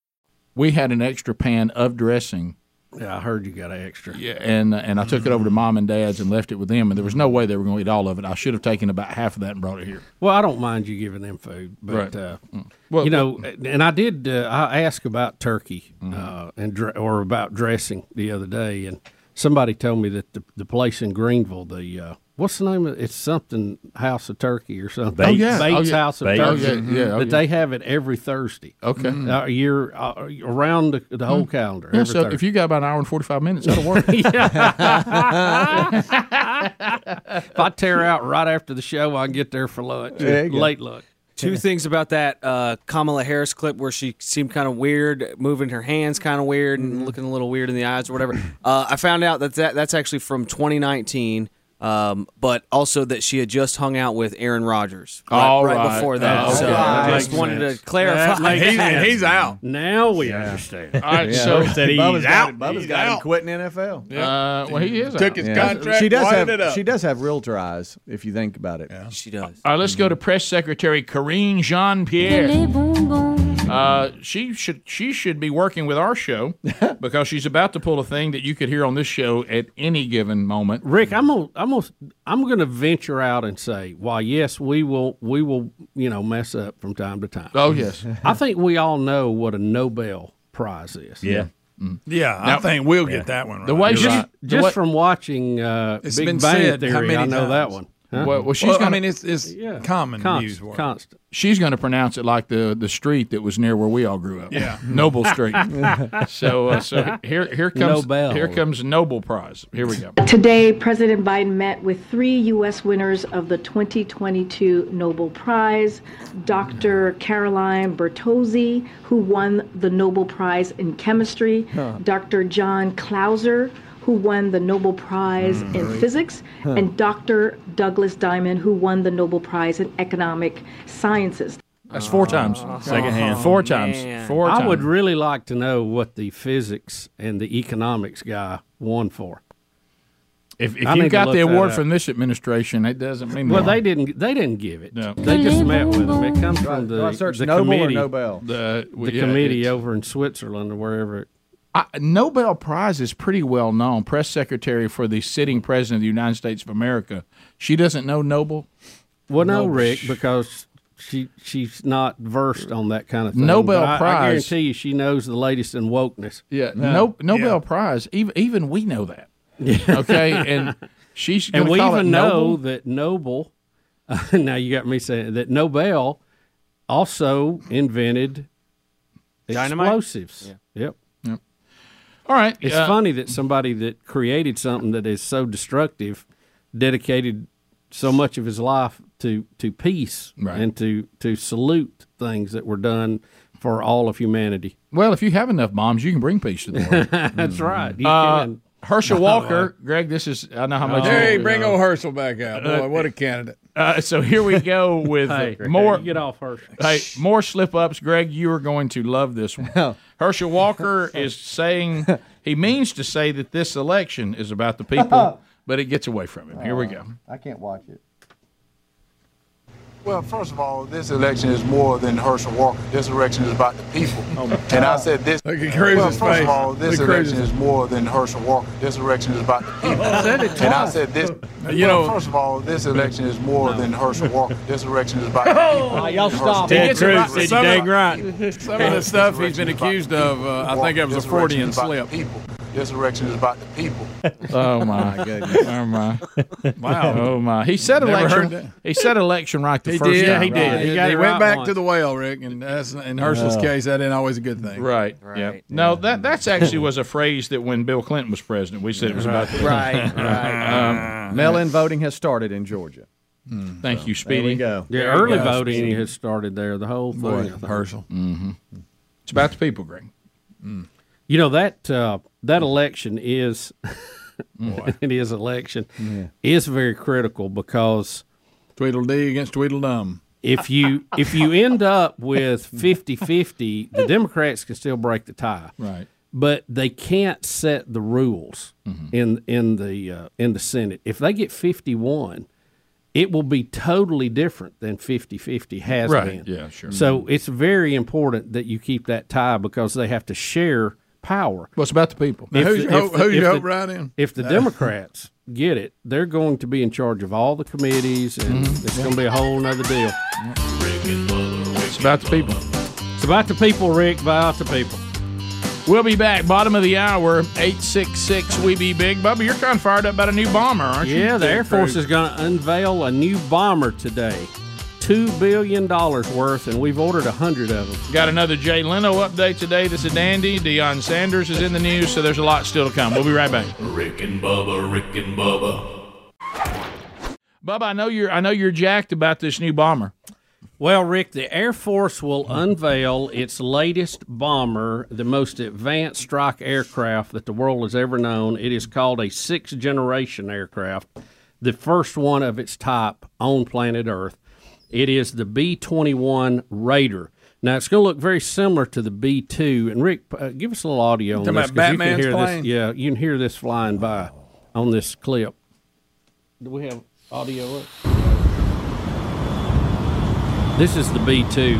S1: we had an extra pan of dressing
S2: Yeah, I heard you got an extra.
S1: Yeah, and uh, and I took it over to mom and dad's and left it with them, and there was no way they were going to eat all of it. I should have taken about half of that and brought it here.
S2: Well, I don't mind you giving them food, but
S1: Right. Mm.
S2: uh,
S1: Well, Mm-hmm.
S2: you know, and I did. Uh, I asked about turkey uh, and dre- or about dressing the other day, and somebody told me that the, the place in Greenville, the uh, what's the name of it? It's something House of Turkey or something.
S1: Bates. Oh, yeah.
S2: Bates
S1: Oh, yeah.
S2: House of
S1: Bates.
S2: Turkey.
S1: Oh, yeah, yeah, oh,
S2: that
S1: yeah.
S2: they have it every Thursday.
S1: Okay. Mm-hmm.
S2: uh, a year uh, around the, the whole calendar.
S1: Yeah,
S2: every
S1: so
S2: Thursday.
S1: if you got about an hour and forty five minutes, that'll work.
S2: if I tear out right after the show, I can get there for lunch.
S14: There you go.
S2: Late lunch.
S14: Two things about that uh, Kamala Harris clip where she seemed kind of weird, moving her hands kind of weird
S4: Mm-hmm.
S14: and looking a little weird in the eyes or whatever. Uh, I found out that, that that's actually from 2019, um, but also that she had just hung out with Aaron Rodgers right,
S4: All
S14: right
S4: right.
S14: before that.
S4: Oh,
S14: so
S4: okay.
S14: I
S4: That
S14: just
S4: makes
S14: wanted
S4: sense.
S14: to clarify.
S4: That makes He's- sense. he's out.
S2: Now we understand.
S4: All right, Yeah, so- Rick said he's
S5: Bubba's got
S4: out.
S5: him- Bubba's
S4: He's
S5: got him
S4: out.
S5: quitting NFL.
S4: Yeah. Uh, well, he is
S1: Took out. his contract,
S5: She does
S1: wired
S5: have.
S1: it up.
S5: She does have realtor eyes. If you think about it,
S14: she does.
S1: all right, let's go to Press Secretary Karine Jean Pierre. Uh, she should she should be working with our show because she's about to pull a thing that you could hear on this show at any given moment.
S2: Rick, I'm gonna, I'm gonna, I'm gonna venture out and say, why, yes, we will, we will, you know, mess up from time to time.
S1: Oh, yes.
S2: I think we all know what a Nobel Prize is.
S4: Yeah. Yeah, I
S2: Now-
S4: think we'll
S2: Yeah.
S4: get that one right.
S2: The way
S4: You're
S2: she-
S4: right.
S2: just from watching uh,
S4: It's
S2: Big
S4: been
S2: Bang
S4: said how
S2: Theory,
S4: many
S2: I know that
S4: times.
S2: one.
S1: Well, well, she's
S4: Well, I
S1: gonna,
S4: mean, it's- it's Yeah. common
S2: Const-
S4: used word.
S2: Constant.
S1: She's going to pronounce it like the the street that was near where we all grew up.
S4: Yeah.
S1: Noble Street. so uh, so here here comes
S2: Nobel.
S1: here comes Nobel Prize. Here we go.
S15: Today, President Biden met with three U.S. winners of the 2022 Nobel Prize Dr. Caroline Bertozzi, who won the Nobel Prize in Chemistry,
S16: Huh.
S15: Dr. John Clauser, who won the Nobel Prize in
S16: Right.
S15: Physics,
S16: Hmm. Huh.
S15: and Dr. Douglas Diamond, who won the Nobel Prize in Economic Sciences.
S1: That's four times.
S2: Secondhand.
S1: Four times. Four times.
S2: Oh, I would really like to know what the physics and the economics guy won for.
S1: If, if
S2: I
S1: you
S2: need to
S1: got the
S2: look that
S1: award
S2: up.
S1: from this administration, it doesn't mean
S2: Well,
S1: much.
S2: they didn't. They didn't give it.
S1: No.
S2: They just met with him. It comes from the,
S1: Do I search
S2: the
S1: Nobel or
S2: committee.
S1: Nobel? The-
S2: the
S1: Uh, yeah,
S2: committee
S1: it's-
S2: over in Switzerland or wherever. It,
S1: I, Nobel Prize is pretty well known. Press secretary for the sitting president of the United States of America. She doesn't know Nobel.
S2: well, no,
S1: Nobel.
S2: Rick, because she she's not versed on that kind of thing.
S1: Nobel
S2: But I, I
S1: Prize.
S2: guarantee you, she knows the latest in wokeness.
S1: Yeah, no, Nobel Prize. Even even we know that. Okay, and she's
S2: and
S1: gonna
S2: we
S1: call it
S2: even know
S1: Nobel?
S2: that Noble. now you got me saying that Nobel also invented
S1: Dynamite?
S2: explosives. Yep.
S1: Yep. All right.
S2: It's
S1: uh,
S2: funny that somebody that created something that is so destructive dedicated so much of his life to to peace
S1: Right.
S2: and to to salute things that were done for all of humanity.
S1: Well, if you have enough bombs, you can bring peace to the world.
S2: That's right. You
S1: Uh,
S2: can.
S1: Herschel Walker, Greg. This is I know how much. you-
S4: Hey, bring old Herschel back out. Boy,
S1: Uh,
S4: what a candidate.
S1: Uh, so here we go with
S4: Hey,
S1: more.
S4: you get
S2: off Herschel.
S1: Hey, more slip ups. Greg, you are going to love this one. Herschel Walker is saying he means to say that this election is about the people, but it gets away from him. Here we go.
S12: I can't watch it.
S13: Well, first of all, this election is more than Herschel Walker. This election is about the people. and I said this.
S4: Oh, Look at Cruz's
S13: well, first
S4: face.
S13: of all, this
S4: Look at
S13: election
S4: Cruz's-
S13: is more than Herschel Walker. This election is about the people.
S4: oh, said it
S13: and I
S4: twice.
S13: said this.
S4: You
S13: well,
S4: know-
S13: first of all, this election is more than Herschel Walker. This election is about the people.
S4: Oh, y'all
S13: And
S4: stop.
S13: Herschel
S4: Ted
S13: Walker-
S4: Cruz said you
S13: Some of the-
S4: dang right. Some of the stuff he's been
S13: This election is about
S4: accused
S13: the
S4: of,
S13: people.
S4: uh, I think it was a
S13: This election
S4: Freudian
S13: is about
S4: slip.
S13: the people. This election is about the people.
S1: Oh my goodness! Oh my!
S4: Wow.
S1: Oh my! He said
S4: Never heard
S1: election. He said election right the
S4: He
S1: first
S4: did.
S1: time.
S4: he did.
S1: Right.
S4: He, went back to the well, Rick, and that's in Herschel's
S1: Yeah.
S4: case, that ain't always a good thing.
S1: Right. Right. No, that that's actually was a phrase that when Bill Clinton was president, we said it was about the
S5: Right,
S1: right.
S5: Mail-in voting has started in Georgia.
S1: Thank you,
S5: So, there
S1: Speedy.
S5: we go.
S2: Yeah,
S5: There
S2: early
S5: you go,
S2: voting
S5: Speedy.
S2: has started there. The whole thing.
S5: Boy,
S4: Herschel.
S2: Mm-hmm.
S1: It's about the people, Greg.
S2: You know that uh, that election is it is election is very critical because
S4: Tweedledee against Tweedledum.
S2: If you if you end up with 50-50, the Democrats can still break the tie.
S1: Right.
S2: But they can't set the rules
S1: Mm-hmm.
S2: in in the uh, in the Senate. If they get 51, it will be totally different than 50-50 has
S1: Right.
S2: been.
S1: Yeah, sure.
S2: So it's very important that you keep that tie because they have to share power.
S1: Well, it's about the people.
S4: Now, who's your hope- who's your hope right in?
S2: If the
S4: Uh,
S2: Democrats get it, they're going to be in charge of all the committees, and
S1: Mm-hmm.
S2: it's going to be a whole nother deal.
S1: It's about the people.
S2: It's about the people, Rick. About the people.
S1: We'll be back. Bottom of the hour. Eight six six. We be big. Bubba, you're kind of fired up about a new bomber, aren't you?
S2: Yeah, the Air Force is going to unveil a new bomber today. $2 billion worth, and we've ordered a 100 of them.
S1: Got another Jay Leno update today. This is Dandy. Deion Sanders is in the news, so there's a lot still to come. We'll be right back.
S6: Rick and Bubba, Rick and Bubba.
S1: Bubba, I know you're I know you're jacked about this new bomber.
S2: Well, Rick, the Air Force will unveil its latest bomber, the most advanced strike aircraft that the world has ever known. It is called a sixth generation aircraft, the first one of its type on planet Earth. It is the B 21 Raider. Now, it's going to look very similar to the B 2. And, Rick, uh, give us a little audio on
S4: Talking
S2: this.
S4: about
S2: 'cause you can
S4: Batman's
S2: hear this-
S4: plane?
S2: Yeah, you can hear this flying by on this clip. Do we have audio up? This is the B2,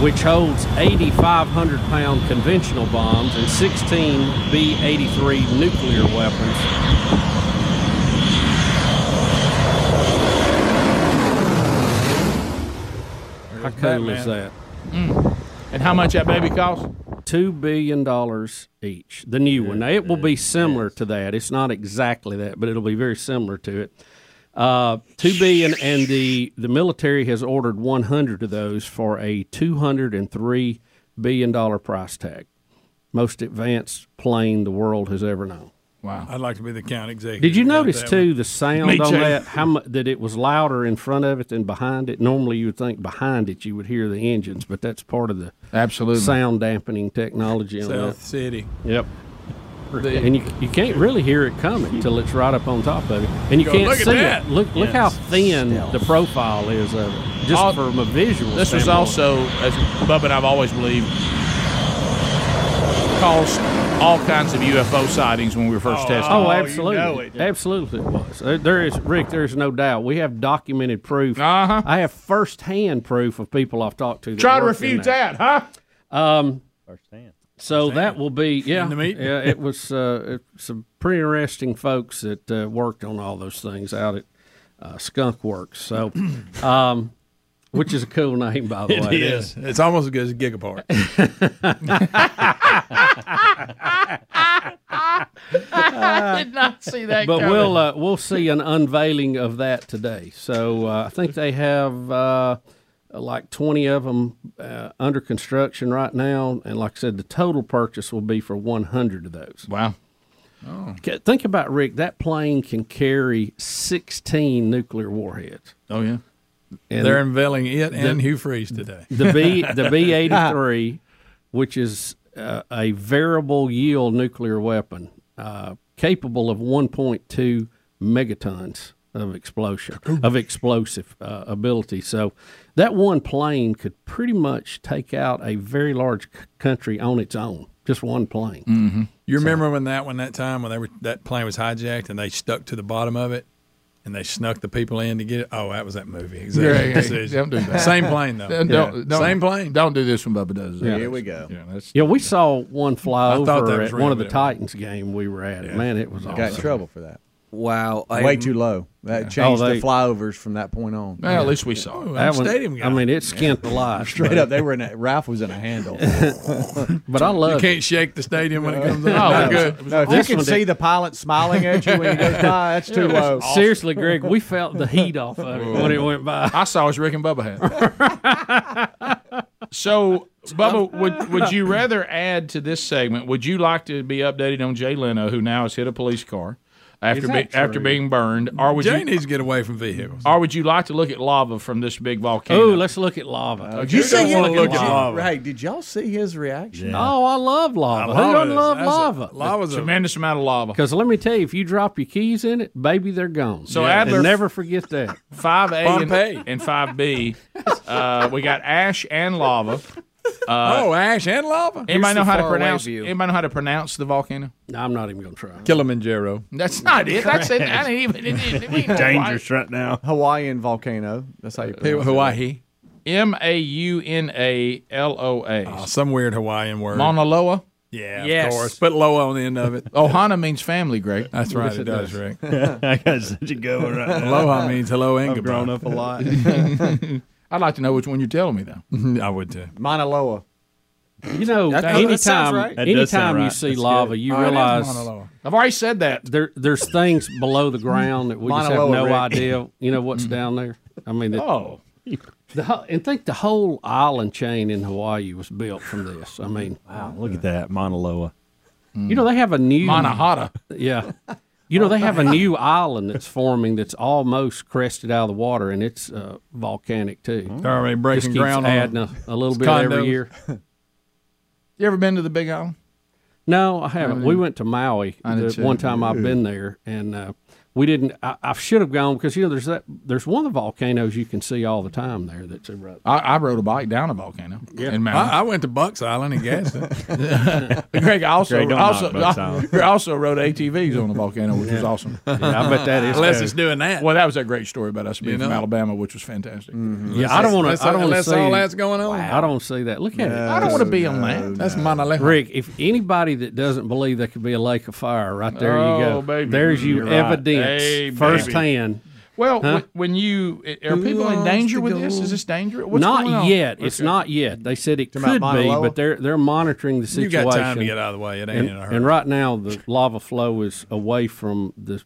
S2: which holds 8,500 pound conventional bombs and 16 B 83 nuclear weapons. How cool is that?
S1: And how much that baby cost?
S2: $2 billion each, the new one. Now, it will be similar to that. It's not exactly that, but it'll be very similar to it. Uh, two billion, and the the military has ordered one hundred of those for a two hundred and three billion dollar price tag. Most advanced plane the world has ever known.
S1: Wow.
S4: I'd like to be the county executive.
S2: Did you
S4: about
S2: notice
S4: that
S2: too
S4: one.
S2: the sound on that? How mu- that it was louder in front of it than behind it? Normally, you would think behind it you would hear the engines, but that's part of the
S1: Absolutely.
S2: sound dampening technology on
S4: South
S2: that.
S4: City.
S2: Yep. and you, you can't really hear it coming until it's right up on top of it, and you
S1: Go,
S2: can't
S1: "Look at
S2: see
S1: that."
S2: it. Look look
S1: Yeah.
S2: how thin the profile is of it, just
S1: All-
S2: from a visual.
S1: This was
S2: standpoint.
S1: also, as Bubba and I've always believed, caused all kinds of UFO sightings when we were first testing.
S2: Oh, absolutely, absolutely, it was. There- There is Rick. There is no doubt. We have documented proof. Uh-huh. I have firsthand proof of people I've talked to. That
S1: Try to
S2: worked in
S1: refute
S2: that, huh? Um,
S17: firsthand.
S2: So that will be yeah.
S1: In the meat.
S2: Yeah, it was uh, it- some pretty interesting folks that uh, worked on all those things out at uh, Skunk Works. So, um, which is a cool name by the
S4: It
S2: way.
S4: is. It's almost as good as Gigapart.
S1: I did not see that.
S2: but
S1: coming.
S2: we'll uh, we'll see an unveiling of that today. So uh, I think they have uh, like twenty of them uh, under construction right now, and like I said, the total purchase will be for one hundred of those.
S1: Wow.
S2: Oh. Think about Rick. That plane can carry sixteen nuclear warheads.
S1: Oh yeah,
S4: They're unveiling it and
S2: the-
S4: Hugh Freeze today.
S2: The B the B eighty three, which is uh, a variable yield nuclear weapon uh, capable of one point two megatons of explosion of explosive uh, ability. So that one plane could pretty much take out a very large c- country on its own. Just one plane.
S4: You remember when that when that time when they were that plane was hijacked and they stuck to the bottom of it and they snuck the people in to get it. Oh, that was that movie. Exactly.
S1: Yeah, yeah,
S4: Decision.
S1: don't do that.
S4: Same plane though.
S1: Don't- don't- don't-
S4: Same plane.
S1: Don't do this when Bubba does.
S2: Yeah.
S1: it.
S2: Here we
S5: go.
S1: Yeah, that's,
S2: Yeah, we saw one fly
S1: I thought that
S2: over
S1: was
S2: at one
S1: real,
S2: of the
S1: but it
S2: Titans game we were at. Man, it was
S5: got in
S2: awesome.
S5: trouble for that.
S18: Wow, I-
S5: way too low. That
S2: Yeah.
S5: changed
S2: Oh,
S5: the
S2: they-
S5: flyovers from that point on.
S1: Well, at least we saw it.
S2: That one- I mean, it skint the life.
S5: Straight
S2: but-
S5: up, they were in a, Ralph was in a handle.
S2: But I
S4: You
S2: love.
S4: can't shake the stadium when it comes
S1: Oh,
S2: No,
S4: out.
S2: no.
S4: Not good.
S5: No, if
S2: This
S5: you can
S2: one
S5: see
S2: did-
S5: the pilot smiling at you when you go by, that's too
S2: It was
S5: low.
S2: awesome. Seriously, Greg, we felt the heat off of it when it went by.
S1: I saw his Rick and Bubba hat. so, Bubba, would would you rather add to this segment? Would you like to be updated on Jay Leno, who now has hit a police car after
S4: that
S1: be, after
S4: true?
S1: being burned, or would
S4: Jay
S1: you?
S4: needs to get away from vehicles.
S1: Or would you like to look at lava from this big volcano?
S2: Oh, let's look at lava.
S1: you
S4: you
S1: don't
S4: see
S1: want to
S4: it?
S1: look at
S4: Did you-
S1: lava.
S5: Hey, did y'all see his reaction?
S2: Oh, I love lava. Who doesn't love lava?
S1: Lava's a tremendous amount of lava.
S2: Because let me tell you, if you drop your keys in it, baby, they're gone.
S1: So
S2: And
S1: Adler-
S2: never forget that.
S1: Five A
S4: Pompeii.
S1: and, and five B. Uh, we got ash and lava. Uh,
S4: oh, ash and lava.
S1: anybody know how to pronounce? Anybody know how to pronounce the volcano?
S2: No, I'm not even gonna try.
S4: Kilimanjaro.
S1: That's not it. That's it. I didn't even. It, it, it,
S17: Dangerous right now.
S5: Hawaiian volcano. That's how you pronounce
S4: Hawaii.
S1: M A U N A L O
S4: Oh,
S1: A.
S4: some weird Hawaiian word.
S1: Mauna Loa.
S4: yeah,
S1: Yes.
S4: of course. Put low on the end of it.
S1: Ohana means family, Greg.
S4: That's right. it does, Rick.
S17: I got such a go right now.
S4: Aloha means hello,
S17: I've grown
S4: Ingabron.
S17: up a lot.
S1: I'd like to know which one you're telling me, though.
S4: I would too.
S5: it. Mauna Loa.
S2: You know,
S18: That- that sounds
S2: anytime
S18: right.
S17: That does sound
S2: anytime you
S17: right.
S2: see
S17: That's
S2: lava,
S17: good.
S2: you
S4: Oh, it is Mauna
S2: realize
S4: Loa.
S1: I've already said that.
S2: there there's things below the ground that we just have
S5: Mauna Loa,
S2: no
S5: Rick.
S2: idea. You know what's
S17: Mm-hmm.
S2: down there? I mean, it-
S1: Oh,
S2: the, whole- and think the whole island chain in Hawaii was built from this. I mean,
S17: Wow, look at that, Mauna Loa. Mm.
S2: you know, they have a new
S1: Mauna Hata.
S2: Yeah. You know, they have a new island that's forming that's almost crested out of the water, and it's uh, volcanic, too.
S1: Mm-hmm.
S4: They're already
S2: Just
S4: breaking
S2: keeps
S4: ground
S2: adding
S4: on
S2: a, a little bit
S4: condos.
S2: every year.
S1: You ever been to the Big Island?
S2: No, I haven't. We went to Maui
S1: I did
S2: the
S1: too.
S2: one time I've been there, and uh, we didn't. I, I should have gone because you know there's that there's one of the volcanoes you can see all the time there that's erupting.
S1: I, I rode a bike down a volcano in Maui.
S4: I, I went to Bucks Island and gassed it.
S1: Greg also
S17: Greg, don't knock
S1: also
S17: Bucks Island.
S1: Greg also rode ATVs on the volcano, which was awesome.
S2: I bet that is.
S4: Unless it's doing that.
S1: Well, that was a great story about us being
S4: You know?
S1: from
S4: Mm-hmm.
S1: Alabama, which was fantastic.
S2: yeah, I don't want
S4: Unless-
S2: to. I don't want
S4: unless
S2: to see.
S4: all that's going on.
S2: I don't see that. Look at it.
S1: I don't want to be on that.
S4: That's Mauna Loa.
S2: Rick, if anybody that doesn't believe there could be a lake of fire, right there you
S1: Oh,
S2: go.
S1: baby.
S2: There's you
S1: You're right.
S2: evidence
S1: Hey, baby.
S2: firsthand.
S1: Well,
S2: Huh?
S1: wh- when you are
S5: Who
S1: people in
S5: wants
S1: danger
S5: to
S1: with
S5: go?
S1: this? Is this dangerous? What's going
S2: not
S1: on?
S2: yet. It's
S1: Okay.
S2: not yet. They said it could
S5: Talking about
S2: be,
S5: Mauna Loa?
S2: but they're they're monitoring the
S4: You
S2: situation.
S4: got time to get out of the way. It ain't
S2: and,
S4: in a hurry.
S2: and right now the lava flow is away from the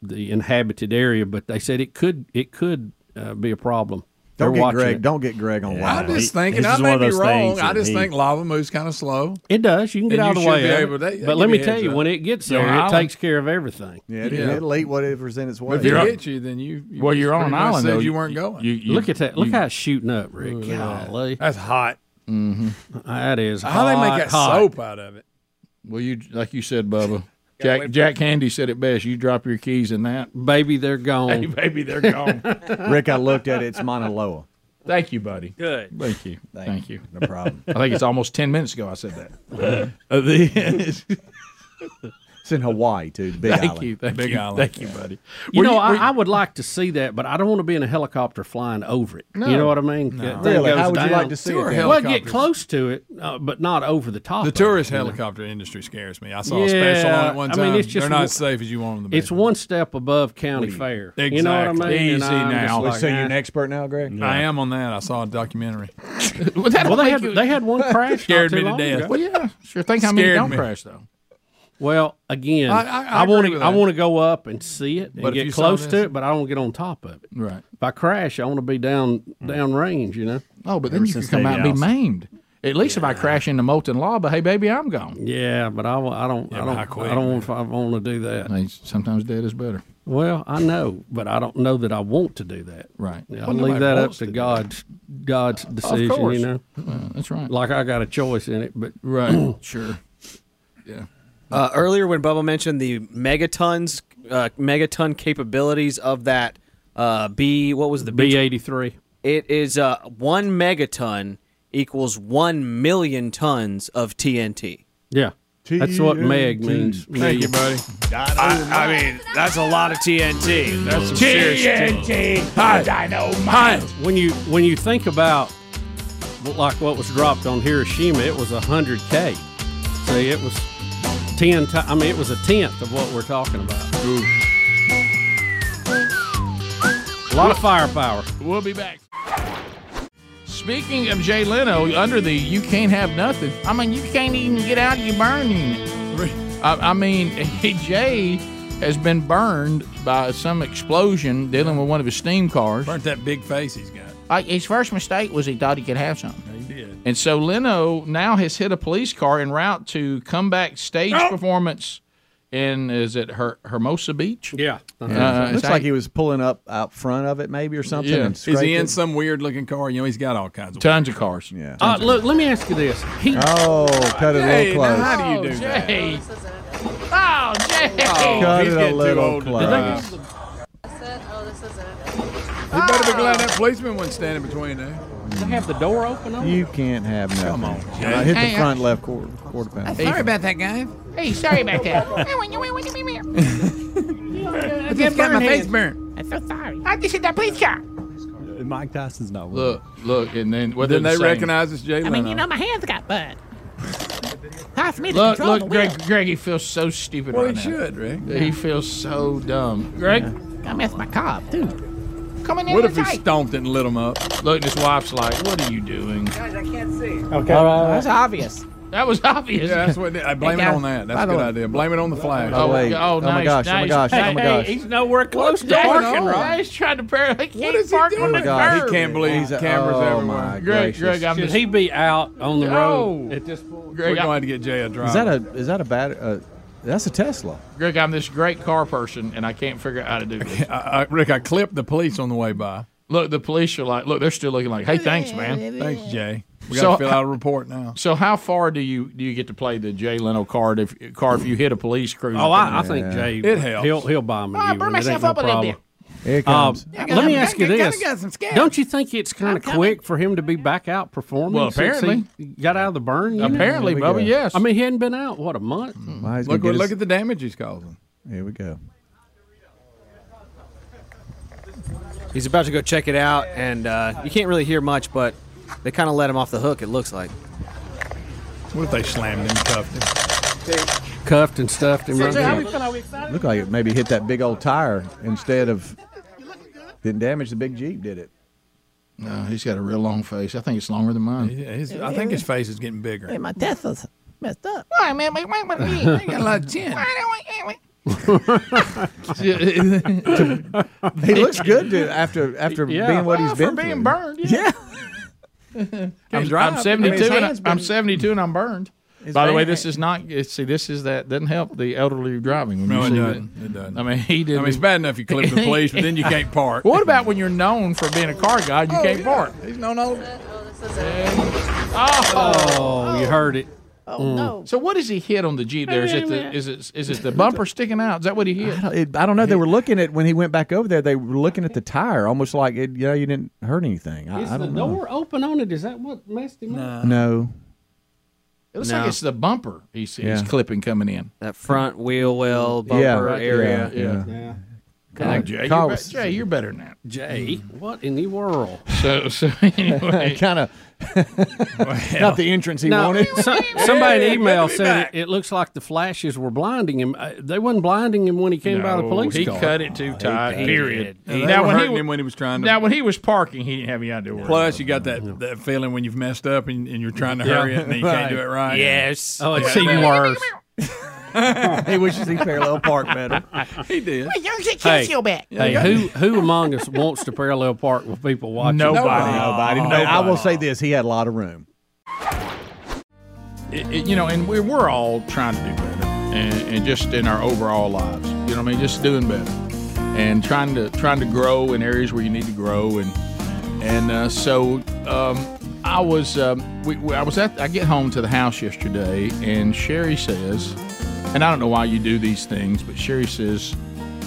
S2: the inhabited area, but they said it could it could uh, be a problem.
S5: Don't
S2: They're
S5: get
S2: watching
S5: Greg.
S2: It.
S5: Don't get Greg on
S4: I'm
S5: live.
S4: just
S17: He-
S4: thinking.
S17: this
S4: I
S17: is one
S4: may
S17: of
S4: be
S17: those
S4: wrong.
S17: things
S4: I
S17: that
S4: just
S17: he-
S4: think lava moves kind of slow.
S2: It does. You can get
S4: And
S2: out of
S4: you
S2: the
S4: should
S2: way.
S4: be
S2: of it.
S4: able to- yeah,
S2: but
S4: give
S2: let
S4: me
S2: me
S4: a
S2: tell
S4: heads
S2: you,
S4: up.
S2: when it gets
S1: You're
S2: there,
S1: on an
S2: it
S1: island.
S2: takes care of everything.
S5: Yeah, it-
S4: Yeah.
S5: it'll eat whatever's in its way.
S4: If you
S1: Yeah.
S4: hit you, then you. you
S1: Well, you're on an
S4: pretty much
S1: island.
S4: Said
S1: though.
S4: you weren't going.
S1: You, you-
S2: Look at that. Look
S1: you-
S2: how it's shooting up, Rick. Golly,
S4: That's hot.
S2: that is
S4: How they
S2: hot,
S4: make that
S2: hot.
S4: soap out of it?
S1: Well, you like you said, Bubba. Jack Jack Handy said it best. You drop your keys in that,
S2: baby. They're gone.
S1: Hey, baby, they're gone.
S5: Rick, I looked at it. It's Mauna Loa.
S1: Thank you, buddy.
S14: Good.
S1: Thank you. Thank,
S5: Thank
S1: you.
S5: you. No problem.
S1: I think it's almost ten minutes ago I said that.
S8: Oh,
S5: Uh, the- it's in Hawaii too. the Big
S1: Thank
S5: island.
S1: you, thank Big you, island. thank you, buddy.
S2: You
S1: Were
S2: know,
S1: you- were
S2: I,
S1: you-
S2: I would like to see that, but I don't want to be in a helicopter flying over it.
S1: No.
S2: you know what I mean?
S1: No.
S2: That thing
S1: Really? How
S2: goes
S1: would you
S2: down.
S1: like to see Tour it then?
S2: Well, get
S1: helicopters.
S2: close to it, uh, but not over the top.
S4: The
S2: of it,
S4: tourist
S2: you know?
S4: helicopter industry scares me. I saw a special on it one time.
S2: I mean, it's just
S4: They're not
S2: one-
S4: as safe as you want them to be.
S2: It's one step above county fair. You know what I mean? And I'm just like,
S4: so you're
S2: nah.
S4: an
S5: expert now, Greg?
S2: Yeah.
S4: I am on that. I saw a documentary.
S1: well, that'll
S2: they
S1: make
S2: had
S1: you-
S2: they had one crash. not
S4: Scared
S2: too
S4: me to
S2: long
S4: death.
S2: ago.
S1: Well, yeah, sure. Think how many
S4: Scared
S1: don't
S4: me.
S1: crash though.
S2: Well, again,
S1: I- I- I
S2: I
S1: agree
S2: want
S1: with
S2: to I
S1: that.
S2: want to go up and see it and
S1: But if you
S2: get
S1: saw
S2: close
S1: this-
S2: to it, but I don't get on top of it.
S1: Right.
S2: If I crash, I want to be down
S1: Mm.
S2: down range. You know.
S1: Oh, but then you can come out and be maimed. At least if I crash into molten lava, hey baby, I'm gone.
S2: Yeah, but I, wa- I don't
S1: but
S2: I
S1: how
S2: don't
S1: quick,
S2: I don't want, I want to do that.
S1: sometimes dead is better.
S2: Well, I know, but I don't know that I want to do that.
S1: Right.
S2: Yeah,
S1: Well,
S2: I'll leave
S1: nobody
S2: that up
S1: wants
S2: to God's God's decision.
S1: course.
S2: you know.
S1: Well, Uh, that's right.
S2: Like I got a choice in it, but
S1: Right. sure. Yeah.
S14: Uh, earlier, when Bubba mentioned the megatons, uh, megaton capabilities of that uh, B, what was the B
S2: eighty three?
S14: It is uh, one megaton equals one million tons of TNT.
S2: Yeah. That's what meg means.
S14: Thank you, buddy. I, I mean, that's a lot of TNT. That's some serious
S1: hot dynamite.
S2: When you when you think about like what was dropped on Hiroshima, it was hundred k. See, it was ten. T- I mean, it was a tenth of what we're talking about. A lot of firepower.
S1: We'll be back. Speaking of Jay Leno, under the you can't have nothing. I mean, you can't even get out of your burn unit. I, I mean, Jay has been burned by some explosion dealing with one of his steam cars.
S4: Burnt that big face he's got.
S1: Like, his first mistake was he thought he could have something.
S4: He did.
S1: And so Leno now has hit a police car en route to comeback stage performance in is it Her- Hermosa Beach?
S2: Yeah,
S1: Uh,
S5: looks
S1: it's
S5: like he was pulling up out front of it, maybe or something.
S1: Yeah.
S5: And
S1: Is
S4: Is
S5: scraped
S4: he in
S5: it.
S4: some weird looking car? You know, he's got all kinds of.
S1: tons of cars.
S5: Yeah.
S2: Uh, look, let me ask you this. He,
S5: Oh, cut it a
S4: Hey,
S5: little
S4: now
S5: close.
S4: how do you do that?
S1: Jay. Oh, Jay.
S5: cut
S4: he's
S5: it a
S4: getting too
S5: little
S4: old to drive.
S5: close.
S4: He better be glad that policeman wasn't standing between there.
S2: They have the door open on.
S5: You can't have nothing. Come on,
S4: Jay.
S5: hit
S1: Hey,
S5: the
S1: I-
S5: front left quarter, quarter panel.
S1: Sorry
S12: about that, guy.
S1: Hey, sorry about that.
S12: I
S1: just got my face
S12: burnt. I'm so sorry. I just hit that police car.
S8: Mike Tyson's not one.
S1: Look, look, and then well,
S4: Then
S1: they're
S4: they
S1: the same.
S4: recognize it's Jay
S12: I
S4: Leno.
S12: mean, you know, my hands got burned. Hard for me to
S1: Look,
S12: control
S1: look,
S12: the wheel.
S1: Greg, Greg, he feels so stupid
S4: well,
S1: right
S4: he
S1: now.
S4: should, Rick.
S1: He feels so dumb. Greg,
S12: I messed my car up, too. Coming in
S4: What if he
S12: tight.
S4: stomped it and lit him up?
S1: look, and his wife's like, "What are you doing?"
S12: Guys, I can't see.
S2: Okay. All right.
S12: That's obvious.
S1: That was obvious.
S4: Yeah, that's what. I blame
S12: Hey,
S4: it
S12: guys,
S4: on that. That's
S12: by
S4: a
S12: the
S4: good
S12: way-
S4: idea. Blame it on the flag.
S1: Oh,
S5: wait.
S1: oh,
S5: Oh,
S1: nice,
S5: my gosh, oh, my
S1: nice.
S5: gosh, oh, my
S1: Hey, hey,
S5: gosh.
S2: He's nowhere close to
S1: Jack,
S2: parking,
S1: Jack,
S2: right?
S1: He's trying to parallel. He can't
S4: is he
S1: park on
S4: doing?
S1: the
S5: Oh my God,
S1: curb.
S4: He can't believe
S5: He's a-
S4: cameras
S5: oh,
S4: everywhere.
S5: my
S1: Greg,
S5: gracious.
S1: Greg, I'm
S2: Should
S1: just
S2: he be out on the road
S1: No.
S2: at this point?
S1: Greg,
S4: We're
S1: I-
S4: going to have to get Jay a drive.
S5: Is that a is that a bad? Uh, that's a Tesla.
S1: Greg, I'm this great car person, and I can't figure out how to do this.
S4: I, I, Rick, I clipped the police on the way by.
S1: Look, the police are like, look, they're still looking like, hey, thanks, man.
S4: Thanks, Jay. We got
S1: So-
S4: to fill out a report now.
S1: So, how far do you do you get to play the Jay Leno card if card if you hit a police cruiser?
S2: Oh, I, I think Jay.
S4: It helps.
S2: He'll he'll buy him a new
S12: I
S2: one.
S12: burned
S2: It ain't
S12: myself
S2: no
S12: up a little
S2: problem.
S12: bit.
S5: Here it
S2: Um,
S5: comes.
S2: let me ask you
S12: I kinda
S2: this:
S12: got some scabs.
S2: Don't you think it's kind of quick for him to be back out performing?
S1: Well,
S2: since
S1: apparently.
S2: he got out of the burn. you know?
S1: Apparently,
S5: Here we
S1: Bubba,
S5: go.
S1: yes.
S2: I mean, he hadn't been out what a month.
S5: Why he's
S4: Look, what-
S5: gonna get
S4: look
S5: his-
S4: at the damage he's causing.
S5: Here we go.
S14: He's about to go check it out, and uh, you can't really hear much, but they kind of let him off the hook. It looks like.
S4: What if they slammed him, cuffed him?
S2: Cuffed and stuffed him. Right there.
S5: Looked like it maybe hit that big old tire instead of didn't damage the big Jeep, did it?
S1: No, he's got a real long face. I think it's longer than mine.
S4: Yeah, his- I think his face is getting bigger.
S12: Hey, my Tesla's messed up.
S1: Why, man? Wait, wait,
S4: He got a lot of chin.
S5: He looks good dude, after after
S2: Yeah.
S5: being what he's
S1: Well,
S5: been
S1: for being
S5: through.
S1: burned. Yeah.
S5: Yeah,
S1: I'm,
S4: drive.
S1: I'm 72.
S4: I mean, his
S1: and I,
S4: hand's
S1: I'm
S4: been-
S1: 72 and I'm burned.
S5: His
S1: By the way,
S5: hand-
S1: this is not. See, this is that doesn't help the elderly driving. When
S4: No,
S1: you
S4: it
S1: see
S4: doesn't.
S1: that.
S4: It doesn't.
S1: I mean, he
S4: I
S1: did.
S4: mean, it's bad enough you clip the police, but then you can't park.
S1: What about when you're known for being a car guy? and You
S4: Oh,
S1: can't
S4: yeah.
S1: park.
S4: He's known all.
S1: Oh,
S2: Oh, you heard it.
S12: Oh no!
S1: So what does he hit on the Jeep? There is it the is it is it the bumper sticking out? Is that what he hit?
S5: I don't, it, I don't know. They were looking at when he went back over there. They were looking at the tire, almost like it, you know you didn't hurt anything. I,
S2: Is
S5: I
S2: the
S5: don't know.
S2: door open on it? Is that what messed him up?
S5: No.
S1: It looks like
S2: No.
S1: it's the bumper he's, he's
S5: Yeah.
S1: clipping coming in.
S14: That front wheel well bumper
S1: Yeah, right there,
S14: area.
S1: yeah, yeah. Come on, Jay, you're, be- Jay, you're better than that.
S2: Jay, what in the world?
S1: So, so anyway,
S5: kind of not the entrance he
S2: No,
S5: wanted.
S2: so- somebody in email said it, it looks like the flashes were blinding him. Uh, they wasn't blinding him when he came by the
S1: No,
S2: police
S1: he
S2: car.
S1: cut it too tight.
S2: did.
S1: period.
S2: Yeah, they
S4: were hurting
S1: wa-
S4: him when he was trying to-
S1: Now when he was parking, he didn't have any idea. Where
S4: Plus, you got that, that feeling when you've messed up and, and you're trying to
S1: Yeah.
S4: hurry it and then you
S1: Right.
S4: can't do it right.
S1: Yes. Oh, it's
S4: Yeah.
S1: even worse.
S5: he wishes he parallel park better.
S4: he did.
S12: Well, yours is
S2: Hey,
S12: Casio back.
S2: hey, who who among us wants to parallel park with people watching?
S5: Nobody. Nobody. But I will say this: he had a lot of room.
S1: it- it- you know, and we're, we're all trying to do better, and, and just in our overall lives, you know what I mean, just doing better, and trying to trying to grow in areas where you need to grow, and and uh, so um, I was um, we, we, I was at I get home to the house yesterday, and Sherry says, and I don't know why you do these things, but Sherry says,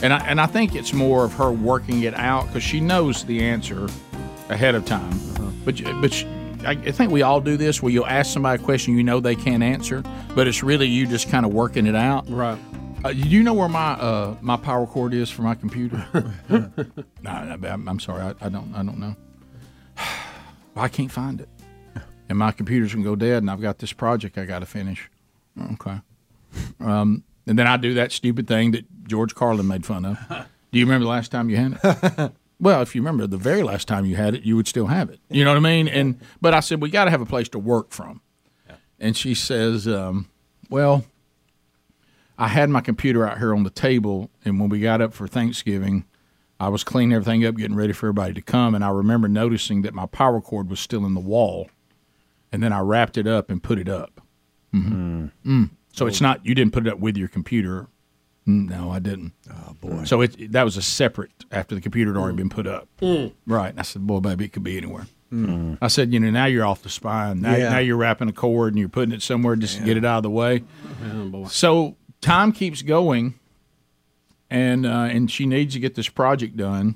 S1: and I and I think it's more of her working it out because she knows the answer ahead of time, but you- but. She, I I think we all do this where you'll ask somebody a question you know they can't answer, but it's really you just kind of working it out.
S2: Right.
S1: Uh, you know where my uh, my power cord is for my computer? no, no, I'm, I'm sorry, I, I don't I don't know. I can't find it, and my computer's gonna go dead, and I've got this project I got to finish. Okay. Um, and then I do that stupid thing that George Carlin made fun of. Do you remember the last time you had it? well, if you remember the very last time you had it, you would still have it. You know what I mean? And but I said we got to have a place to work from. And she says, um, "Well, I had my computer out here on the table, and when we got up for Thanksgiving, I was cleaning everything up, getting ready for everybody to come, and I remember noticing that my power cord was still in the wall, and then I wrapped it up and put it up. Mhm. Mm. So it's not you didn't put it up with your computer. Mm, No, I didn't. Oh boy. So it that was a separate after the computer had already been put up.
S12: Mm.
S1: Right. And I said, boy, baby, it could be anywhere. I said, you know, now you're off the spine. Now,
S12: Yeah.
S1: now you're wrapping a cord and you're putting it somewhere just to get it out of the way. So time keeps going, and uh, and she needs to get this project done,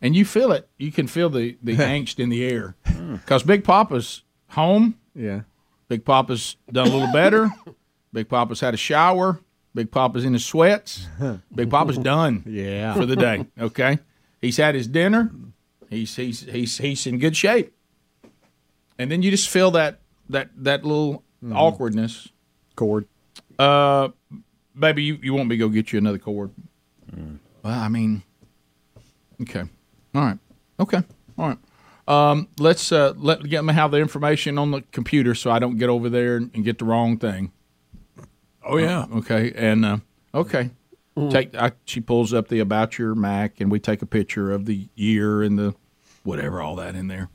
S1: and you feel it. You can feel the the angst in the air because Big Papa's home.
S5: Yeah,
S1: Big Papa's done a little better. Big Papa's had a shower. Big Papa's in his sweats. Big Papa's done.
S5: Yeah.
S1: for the day. Okay, he's had his dinner. He's he's he's he's in good shape. And then you just feel that that that little awkwardness.
S5: Mm-hmm. Cord.
S1: Uh, baby, you you want me to go get you another cord?
S5: Mm.
S1: Well, I mean, okay, all right, okay, all right. Um, let's uh, let get me have the information on the computer so I don't get over there and, and get the wrong thing.
S4: Oh, yeah.
S1: Okay, and uh, okay.
S4: Mm.
S1: Take I, she pulls up the about your Mac, and we take a picture of the year and the whatever all that in there.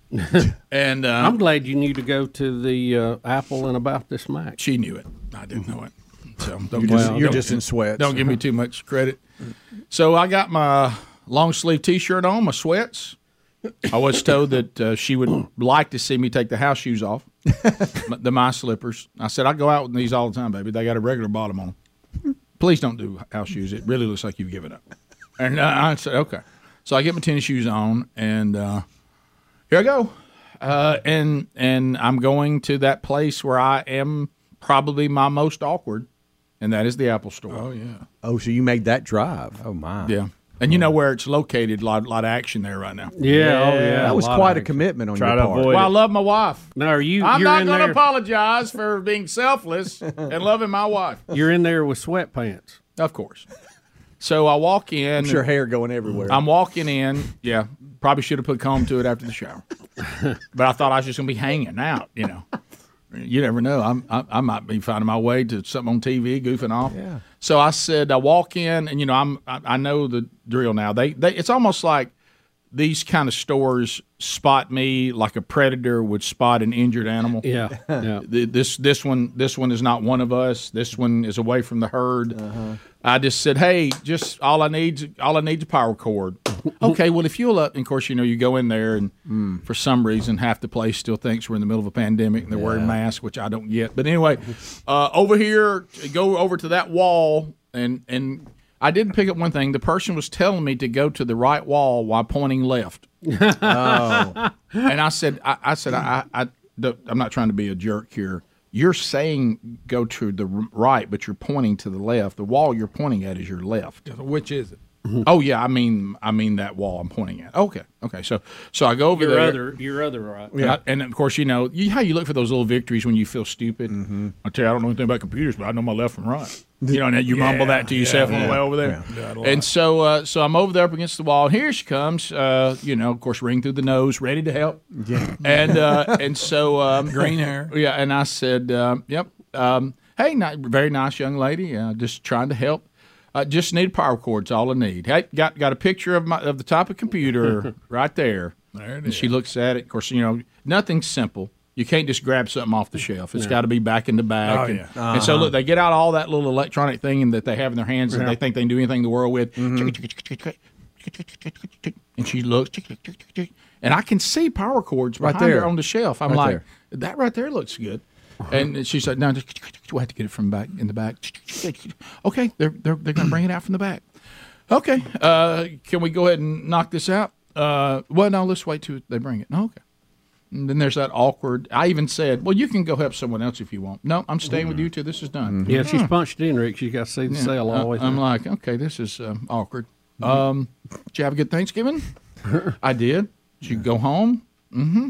S1: and uh,
S2: I'm glad you knew to go to the uh, Apple and about this Mac.
S1: She knew it. I didn't know it. So don't
S2: You're
S1: give
S2: just-
S1: me-
S2: you're
S1: don't-
S2: just in sweats.
S1: Don't give me too much credit. So I got my long sleeve t shirt on, my sweats. I was told that uh, she would like to see me take the house shoes off, m- the my slippers. I said I go out with these all the time, baby. They got a regular bottom on. 'em." Please don't do house shoes. It really looks like you've given up. And uh, I said okay. So I get my tennis shoes on, and uh, here I go. Uh, and and I'm going to that place where I am probably my most awkward, and that is the Apple Store. Oh yeah.
S5: Oh, so you made that drive? Oh my.
S1: Yeah. And you know where it's located? A lot, lot of action there right now.
S5: Yeah, oh, yeah, That a was lot of quite a action. commitment on Try your to part. avoid
S1: Well, I
S5: it.
S1: love my wife.
S2: No, are you?
S1: I'm
S2: you're
S1: not
S2: in
S1: going to
S2: there,
S1: apologize for being selfless and loving my wife.
S2: You're in there with sweatpants,
S1: of course. So I walk in.
S2: I'm sure hair going everywhere.
S1: I'm walking in. Yeah, probably should have put comb to it after the shower, but I thought I was just going to be hanging out. You know, you never know. I'm, I, I might be finding my way to something on TV, goofing off. Yeah. So I said, I walk in, and you know, I'm I, I know the drill now. They, they it's almost like these kind of stores spot me like a predator would spot an injured animal.
S2: Yeah, yeah.
S1: Th- This this one this one is not one of us. This one is away from the herd. I just said, hey, just all I need all I need is a power cord. okay, well if you'll up, and of course you know you go in there and for some reason half the place still thinks we're in the middle of a pandemic and they're wearing
S3: Yeah.
S1: masks, which I don't get. But anyway, uh, over here, go over to that wall and and. I did pick up one thing. The person was telling me to go to the right wall while pointing left.
S3: Oh.
S1: And I said, I, I said, I, I, I, am not trying to be a jerk here. You're saying go to the r- right, but you're pointing to the left. The wall you're pointing at is your left.
S4: Which is it?
S1: Oh yeah, I mean, I mean that wall I'm pointing at. Okay, okay. So, so I go over
S2: your
S1: there.
S2: other, your other right.
S1: Yeah. And, of course, you know you, how you look for those little victories when you feel stupid.
S3: Mm-hmm.
S1: I tell you, I don't know anything about computers, but I know my left and right. You know, and you mumble
S3: Yeah,
S1: that to yourself
S3: yeah,
S1: on the
S3: yeah.
S1: way over there.
S3: Yeah. Yeah, a lot.
S1: and so, uh, so I'm over there up against the wall, and here she comes. Uh, you know, of course, ring through the nose, ready to help. Yeah. And uh, and so um,
S4: Green hair.
S1: Yeah. And I said, um, yep. Um, hey, ni- very nice young lady. Uh, just trying to help. Uh, just need power cords. All I need. Hey, got got a picture of my of the top of computer right there.
S4: There it
S1: And she looks at it. Of course, you know, nothing's simple. You can't just grab something off the shelf. It's
S3: No.
S1: got to be back in the bag.
S3: Oh,
S1: and,
S3: yeah.
S1: and so,
S3: Uh-huh.
S1: look, they get out all that little electronic thing that they have in their hands that
S3: Yeah. Mm-hmm.
S1: they think they can do anything in the world with. And she looks, and I can see power cords
S3: Right
S1: behind her
S3: there.
S1: on the shelf. I'm
S3: Right
S1: like, that right there looks good. And she's like, no, just, we have to get it from back in the back. Okay, they're they're, they're going to bring it out from the back. Okay, uh, can we go ahead and knock this out? Uh, well, no, let's wait till they bring it. No, okay. And then there's that awkward. I even said, well, you can go help someone else if you want. No, I'm staying with you till this is done.
S2: Yeah, she's
S1: Hmm.
S2: punched in, Rick. She's got to see the
S1: Yeah,
S2: sale
S5: Uh,
S2: all the way
S1: I- I'm
S2: through.
S1: like, okay, this is um, awkward. Um, did you have a good Thanksgiving? I did. Did you go home? Mm-hmm.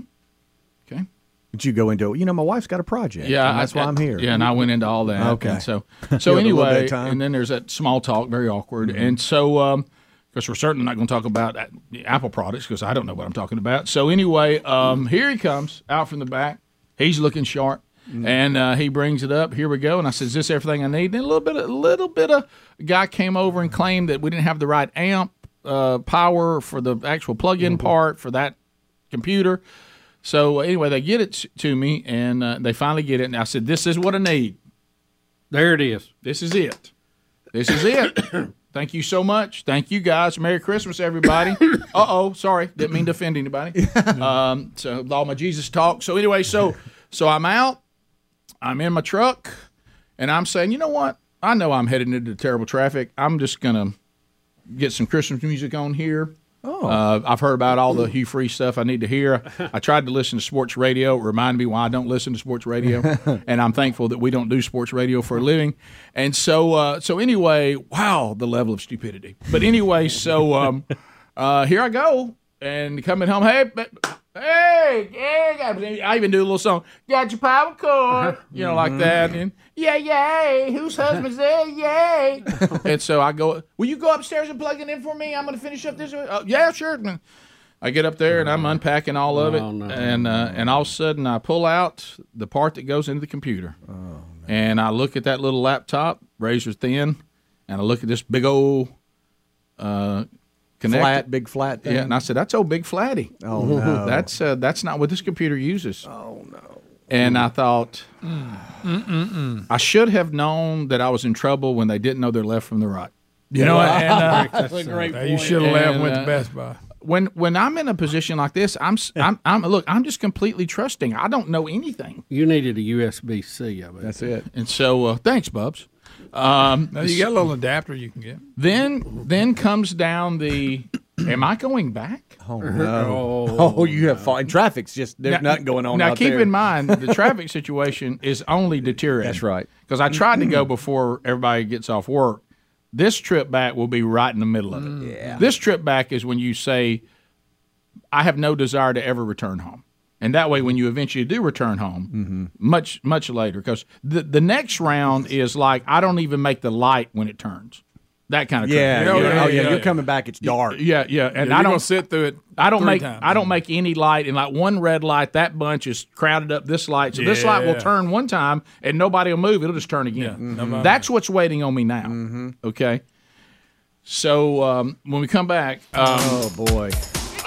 S5: Did you go into? You know, my wife's got a project.
S1: Yeah,
S5: and that's
S1: I-
S5: why I'm here.
S1: Yeah, and I went into all that.
S5: Okay.
S1: And so,
S5: You
S1: so
S5: had a little bit of
S1: anyway,
S5: time? Mm-hmm.
S1: and then there's that small talk, very awkward. And so, um, because we're certainly not going to talk about uh, the Apple products because I don't know what I'm talking about. So anyway, um, here he comes out from the back. He's looking sharp.
S5: Mm-hmm.
S1: And uh, he brings it up. Here we go. And I said, "Is this everything I need?" Then a little bit, a little bit of a guy came over and claimed that we didn't have the right amp uh, power for the actual plug-in
S5: Mm-hmm.
S1: part for that computer. So uh, anyway, they get it s- to me, and uh, they finally get it. And I said, "This is what I need."
S2: There it is.
S1: This is it. This is it. Thank you so much. Thank you guys. Merry Christmas, everybody. uh oh, sorry, didn't mean to offend anybody. Um, so all my Jesus talk. So anyway, so so I'm out. I'm in my truck, and I'm saying, you know what? I know I'm headed into terrible traffic. I'm just gonna get some Christmas music on here. Oh. Uh, I've heard about all the Hugh Free stuff I need to hear. I tried to listen to sports radio. It reminded me why I don't listen to sports radio, and I'm thankful that we don't do sports radio for a living. And so, uh, so anyway, wow, the level of stupidity. But anyway, so um, uh, here I go, and coming home. Hey, ba- hey, hey! I even do a little song. Got your power cord, you know, like that. And yeah, yay! Whose husband's there? Yay! and so I go, Will you go upstairs and plug it in for me? I'm going to finish up this. Uh, yeah, sure. I get up there and I'm unpacking all of it, and uh, and all of a sudden I pull out the part that goes into the computer, and I look at that little laptop, razor thin, and I look at this big old uh, connect-
S5: Flat, big flat thing?
S1: Yeah, and I said, "That's old big flatty.
S5: Oh, no.
S1: that's uh, that's not what this computer uses." Oh no! And I thought,
S4: Mm-mm-mm.
S1: I should have known that I was in trouble when they didn't know their left from the right.
S4: You know, and, uh,
S3: That's a
S4: you
S3: great point.
S4: should have left and
S1: And,
S4: went
S1: uh,
S4: to Best Buy.
S1: When when I'm in a position like this, I'm s- I'm, I'm look, I'm just completely trusting. I don't know anything.
S2: You needed a USB C, I believe. That's
S5: it.
S1: And so, uh, thanks, Bubs. Um,
S4: No, you got a little adapter you can get.
S1: Then then comes down the. Am I going back?
S5: Oh,
S2: Uh-huh.
S5: no. oh, you have fun. Traffic's just there's nothing going on.
S1: Now
S5: out
S1: keep
S5: there.
S1: in mind the traffic situation is only deteriorating. That's right. Because I tried to go before everybody gets off work. This trip back will be right in the middle of
S5: Mm,
S1: it. Yeah. This trip back is when you say, "I have no desire to ever return home," and that way, when you eventually do return home,
S5: Mm-hmm.
S1: much much later, because the the next round is like I don't even make the light when it turns. That kind of
S5: Yeah,
S1: traffic.
S5: yeah, oh yeah, you're coming back. It's dark.
S1: Yeah, yeah, and
S5: Yeah,
S1: I
S5: you're
S1: don't
S5: gonna
S1: sit through it. I don't
S5: three
S1: make
S5: times.
S1: I don't make any light, and like one red light, that bunch is crowded up. This light, so this light will
S3: Yeah.
S1: turn one time, and nobody will move. It'll just turn again. Mm-hmm.
S3: nobody-
S1: That's what's waiting on me now.
S2: Mm-hmm.
S1: Okay, so um, when we come back, um,
S5: oh boy,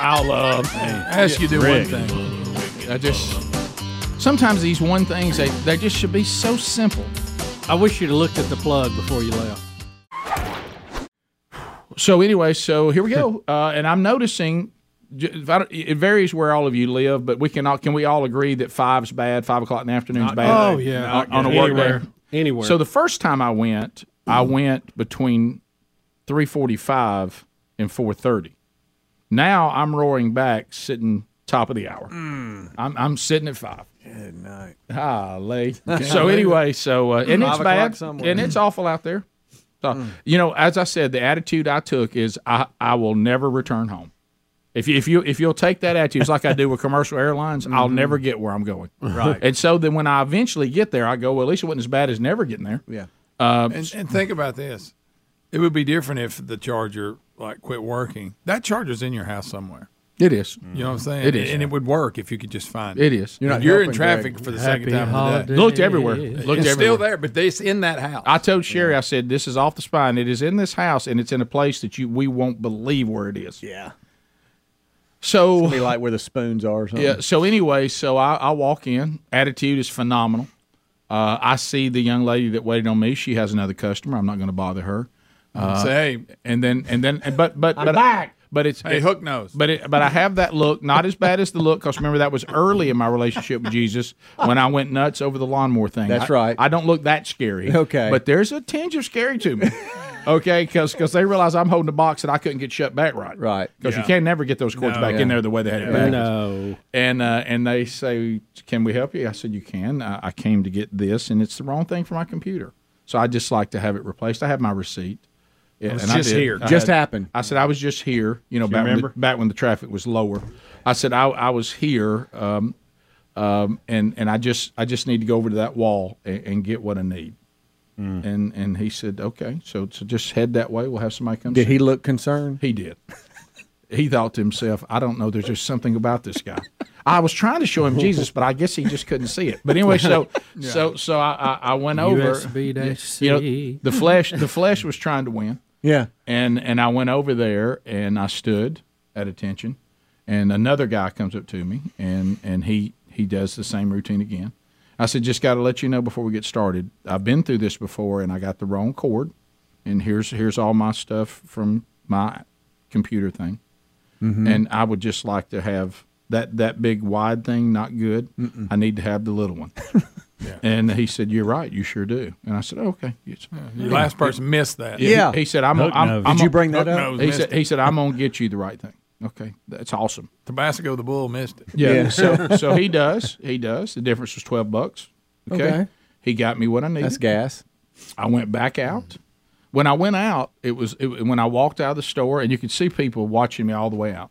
S3: I'll uh, ask you to do
S1: Rick.
S3: one thing. I just sometimes these one things they, they just should be so simple.
S2: I wish you'd have looked at the plug before you left.
S1: So anyway, so here we go. Uh, and I'm noticing j- if I don't- it varies where all of you live, but we can all, can we all agree that five's bad, five o'clock in the afternoon's
S2: Not
S1: bad.
S2: good. Oh, yeah.
S1: on, on a
S2: Not
S1: work
S2: good.
S1: day.
S2: Anywhere. Anywhere.
S1: So the first time I went, I
S4: Mm-hmm.
S1: went between three forty-five and four thirty. Now I'm roaring back, sitting top of the hour. I'm, I'm sitting at five.
S4: Mm. Good night.
S1: Golly.
S4: Can't
S1: so
S4: believe
S1: anyway, so uh, and
S4: Five
S1: it's
S4: o'clock
S1: bad,
S4: somewhere. Mm.
S1: and it's awful out there. So, You know, as I said, the attitude I took is I, I will never return home. If you, if you if you'll take that attitude, it's like I do with commercial airlines, I'll
S3: Mhm.
S1: never get where I'm going.
S3: Right.
S1: And so then when I eventually get there, I go, well, at least it wasn't as bad as never getting there.
S5: Yeah.
S1: Uh,
S4: and, and think about this. It would be different if the charger like quit working. That charger's in your house somewhere.
S1: it is.
S4: You know what I'm saying?
S1: It is.
S4: And it would work if you could just find it.
S1: Mm. It is.
S4: You're,
S1: You're
S4: not
S1: not
S4: you're in
S1: helping,
S4: traffic
S1: Greg.
S4: for the
S1: Happy
S4: second time of the day.
S1: Looked everywhere. Looked
S4: it's
S1: everywhere.
S4: still there, but they, it's in that house.
S1: I told Sherry, I said, "This is off the spine. It is in this house, and it's in a place that you we won't believe where it is."
S5: Yeah.
S1: So
S5: be like where the spoons are. Or something.
S1: Yeah. So anyway, so I, I walk in. Attitude is phenomenal. Uh, I see the young lady that waited on me. She has another customer. I'm not going to bother her. Uh,
S4: Say,
S1: and then and then and- but but
S4: I'm
S1: but
S4: back.
S1: but it's
S4: Hey,
S1: it-
S4: hook nose.
S1: But it, but I have that look, not as bad as the look, because remember that was early in my relationship with Jesus when I went nuts over the lawnmower thing.
S5: That's
S1: I-
S5: right.
S1: I don't look that scary.
S5: Okay.
S1: but there's a tinge of scary to me. Okay, because they realize I'm holding a box that I couldn't get shut back right.
S5: Right.
S1: Because
S5: Yeah.
S1: you can never get those cords
S5: No.
S1: back
S5: Yeah.
S1: in there the way they had it
S5: Yeah.
S1: back.
S5: No.
S1: And uh, and they say, "Can we help you?" I said, "You can. I, I came to get this, and it's the wrong thing for my computer. So I just like to have it replaced. I have my receipt.
S5: I was
S1: and I
S5: just
S1: did.
S5: here.
S1: I
S5: Just happened.
S1: I said I was just here. You know,
S5: You
S1: back when, the,
S5: remember?
S1: back when the traffic was lower. I said I, I was here, um, um, and and I just I just need to go over to that wall and, and get what I need.
S5: Hmm.
S1: And and he said, okay, so so just head that way. We'll have somebody come.
S5: Did
S1: see
S5: he
S1: you."
S5: look concerned?
S1: He did. He thought to himself, I don't know. There's just something about this guy. I was trying to show him Jesus, but I guess he just couldn't see it. But anyway, so
S3: Yeah.
S1: so so I I, I went over.
S2: USB-C.
S1: You know, the flesh the flesh was trying to win.
S5: Yeah.
S1: And and I went over there and I stood at attention, and another guy comes up to me and and he he does the same routine again. I said, just got to let you know before we get started. I've been through this before, and I got the wrong cord, and here's here's all my stuff from my computer thing,
S4: Mm-hmm.
S3: Mhm.
S1: and I would just like to have that that big wide thing. Not good. I need to have the little one. And he said, "You're right. You sure do." And I said, oh, "Okay." Yes.
S4: Your last person missed that.
S1: He- He, said, "I'm."
S4: Hook
S1: I'm,
S4: nose.
S1: I'm
S4: Did you bring that up?
S1: Hook nose
S4: He
S1: He said,
S4: missed it.
S1: "He said I'm gonna get you the right thing." Okay, that's awesome.
S4: Tabasco the bull missed it.
S1: Yeah. So so he does. He does. The difference was twelve bucks. Okay.
S4: Okay.
S1: He got me what I needed.
S4: That's
S5: gas.
S1: I went back out. When I went out, it was it, when I walked out of the store, and you could see people watching me all the way out.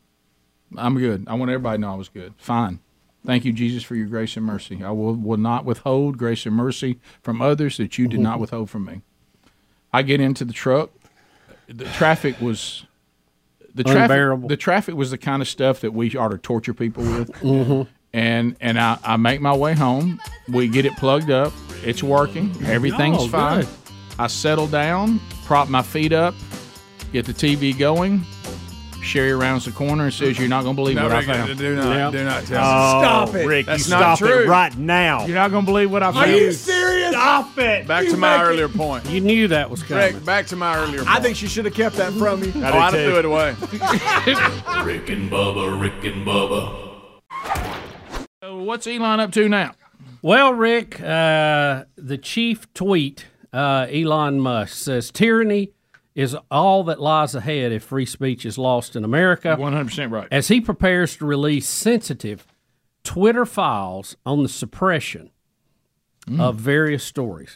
S1: I'm good. I want everybody to know I was good. Fine. Thank you, Jesus, for your grace and mercy. I will, will not withhold grace and mercy from others that you did not withhold from me. I get into the truck. The traffic was the traffic.
S2: Unbearable.
S1: The traffic was the kind of stuff that we ought to torture people with. Mm-hmm. And and I, I make my way home. We get it plugged up. It's working. Everything's
S3: Oh,
S1: fine.
S3: good.
S1: I settle down, prop my feet up, get the TV going. Sherry rounds the corner and says, "You're not going to believe
S4: No,
S1: what I
S4: Rick,
S1: found." Uh,
S4: do not- Yeah. do not tell
S14: Oh,
S8: us. Stop it. Rick,
S1: That's
S8: you
S1: not
S8: stop it
S1: true.
S8: right now.
S1: You're not going to believe what I
S8: Are
S1: found.
S8: you
S4: serious?
S8: Stop it.
S4: Back to my earlier point.
S2: You knew that was coming.
S4: Rick, back to my earlier point.
S5: I think she should have kept that from you.
S4: oh, I'd have threw it away.
S6: Rick and Bubba, Rick and Bubba.
S1: So what's Elon up to now?
S2: Well, Rick, uh, the chief tweet, uh, Elon Musk says tyranny is all that lies ahead if free speech is lost in America.
S1: 100% right.
S2: As he prepares to release sensitive Twitter files on the suppression of various stories,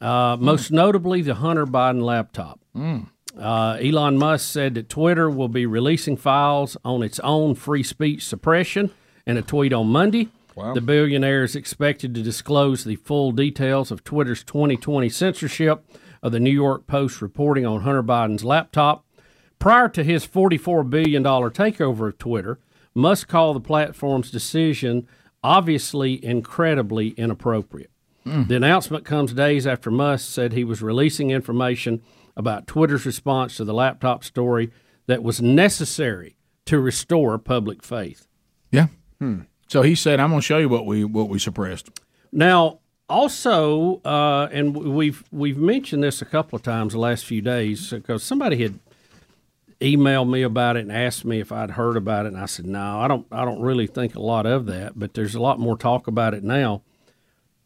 S2: uh, most notably the Hunter Biden laptop. Uh, Elon Musk said that Twitter will be releasing files on its own free speech suppression in a tweet on Monday. The billionaire is expected to disclose the full details of Twitter's 2020 censorship of the New York Post reporting on Hunter Biden's laptop. Prior to his $44 billion takeover of Twitter, Musk called the platform's decision obviously incredibly inappropriate.
S3: Mm.
S2: The announcement comes days after Musk said he was releasing information about Twitter's response to the laptop story that was necessary to restore public faith.
S1: Yeah. So he said, "I'm going to show you what we what we suppressed."
S2: Now, also, uh, and w- we've we've mentioned this a couple of times the last few days because somebody had emailed me about it and asked me if I'd heard about it, and I said, "No, I don't. I don't really think a lot of that." But there's a lot more talk about it now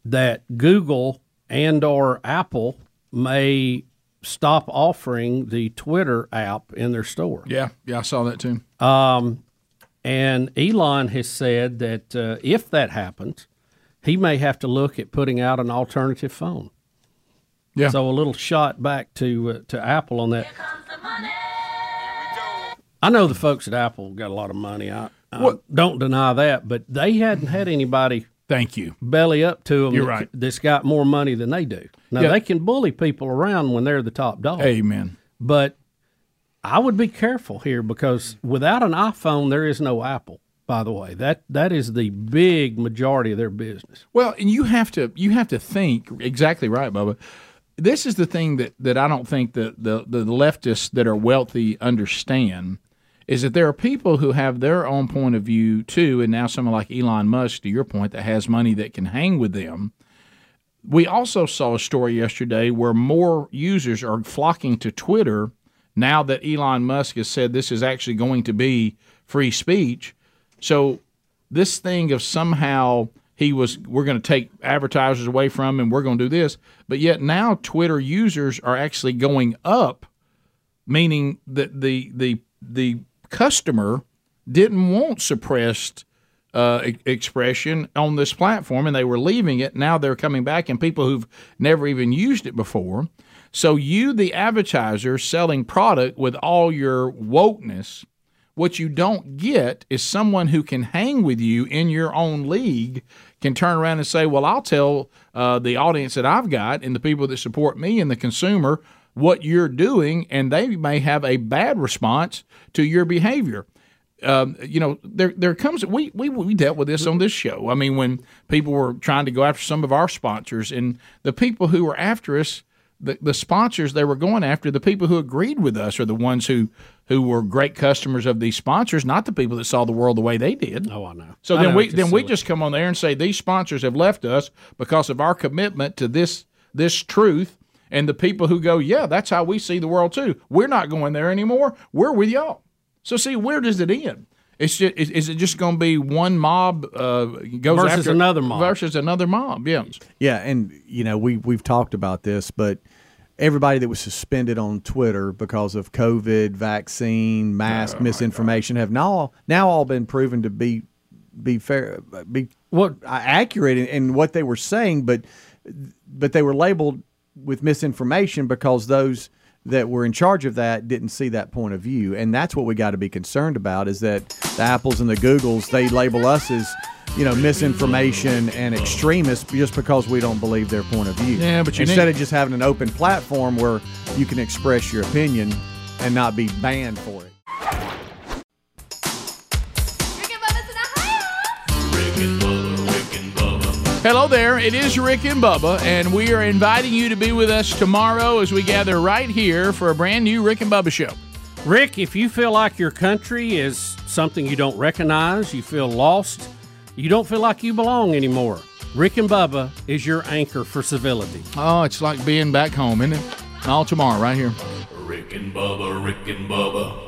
S2: that Google and or Apple may stop offering the Twitter app in their store.
S1: Yeah, yeah, I saw that too.
S2: Um, and Elon has said that uh, if that happens, he may have to look at putting out an alternative phone.
S1: Yeah.
S2: So a little shot back to uh, to Apple on that. I know the folks at Apple got a lot of money. I, I don't deny that, but they hadn't had anybody.
S1: Thank you.
S2: Belly up to them.
S1: You're
S2: that-
S1: right.
S2: That's got more money than they do. Now
S1: Yeah.
S2: they can bully people around when they're the top dog.
S1: Amen.
S2: But I would be careful here because without an iPhone, there is no Apple. By the way, that that is the big majority of their business.
S1: Well, and you have to you have to think exactly right, Bubba. This is the thing that, that I don't think the, the, the leftists that are wealthy understand is that there are people who have their own point of view too, and now someone like Elon Musk, to your point, that has money that can hang with them. We also saw a story yesterday where more users are flocking to Twitter now that Elon Musk has said this is actually going to be free speech. So this thing of somehow he was we're going to take advertisers away from him, we're going to do this, but yet now Twitter users are actually going up, meaning that the the the customer didn't want suppressed uh, e- expression on this platform, and they were leaving it. Now they're coming back, and people who've never even used it before. So you, the advertiser, selling product with all your wokeness. What you don't get is someone who can hang with you in your own league can turn around and say, "Well, I'll tell uh, the audience that I've got and the people that support me and the consumer what you're doing," and they may have a bad response to your behavior. Um, you know, there there comes we, we we dealt with this on this show. I mean, when people were trying to go after some of our sponsors and the people who were after us the, the sponsors they were going after, the people who agreed with us are the ones who who were great customers of these sponsors, not the people that saw the world the way they did.
S2: Oh, I know.
S1: So
S2: I
S1: then
S2: know,
S1: we
S2: it's
S1: then we
S2: silly.
S1: just come on there and say these sponsors have left us because of our commitment to this this truth. And the people who go, yeah, that's how we see the world too. We're not going there anymore. We're with y'all. So see, where does it end? It's just, is, is it just going to be one mob uh, goes
S2: Versus
S1: after
S2: another mob.
S1: versus another mob? Yeah.
S5: Yeah, and you know we we've talked about this, but everybody that was suspended on Twitter because of COVID, vaccine, mask misinformation have now now all been proven to be be fair, be what accurate in, in what they were saying, but but they were labeled with misinformation because those that were in charge of that didn't see that point of view and that's what we got to be concerned about is that the apples and the googles they label us as you know misinformation and extremists just because we don't believe their point of view
S1: Yeah, but you
S5: instead
S1: need-
S5: of just having an open platform where you can express your opinion and not be banned for it
S1: Hello there. It is Rick and Bubba, and we are inviting you to be with us tomorrow as we gather right here for a brand new Rick and Bubba show.
S2: Rick, if you feel like your country is something you don't recognize, you feel lost, you don't feel like you belong anymore, Rick and Bubba is your anchor for civility.
S1: Oh, it's like being back home, isn't it? All tomorrow, right here.
S6: Rick and Bubba, Rick and Bubba,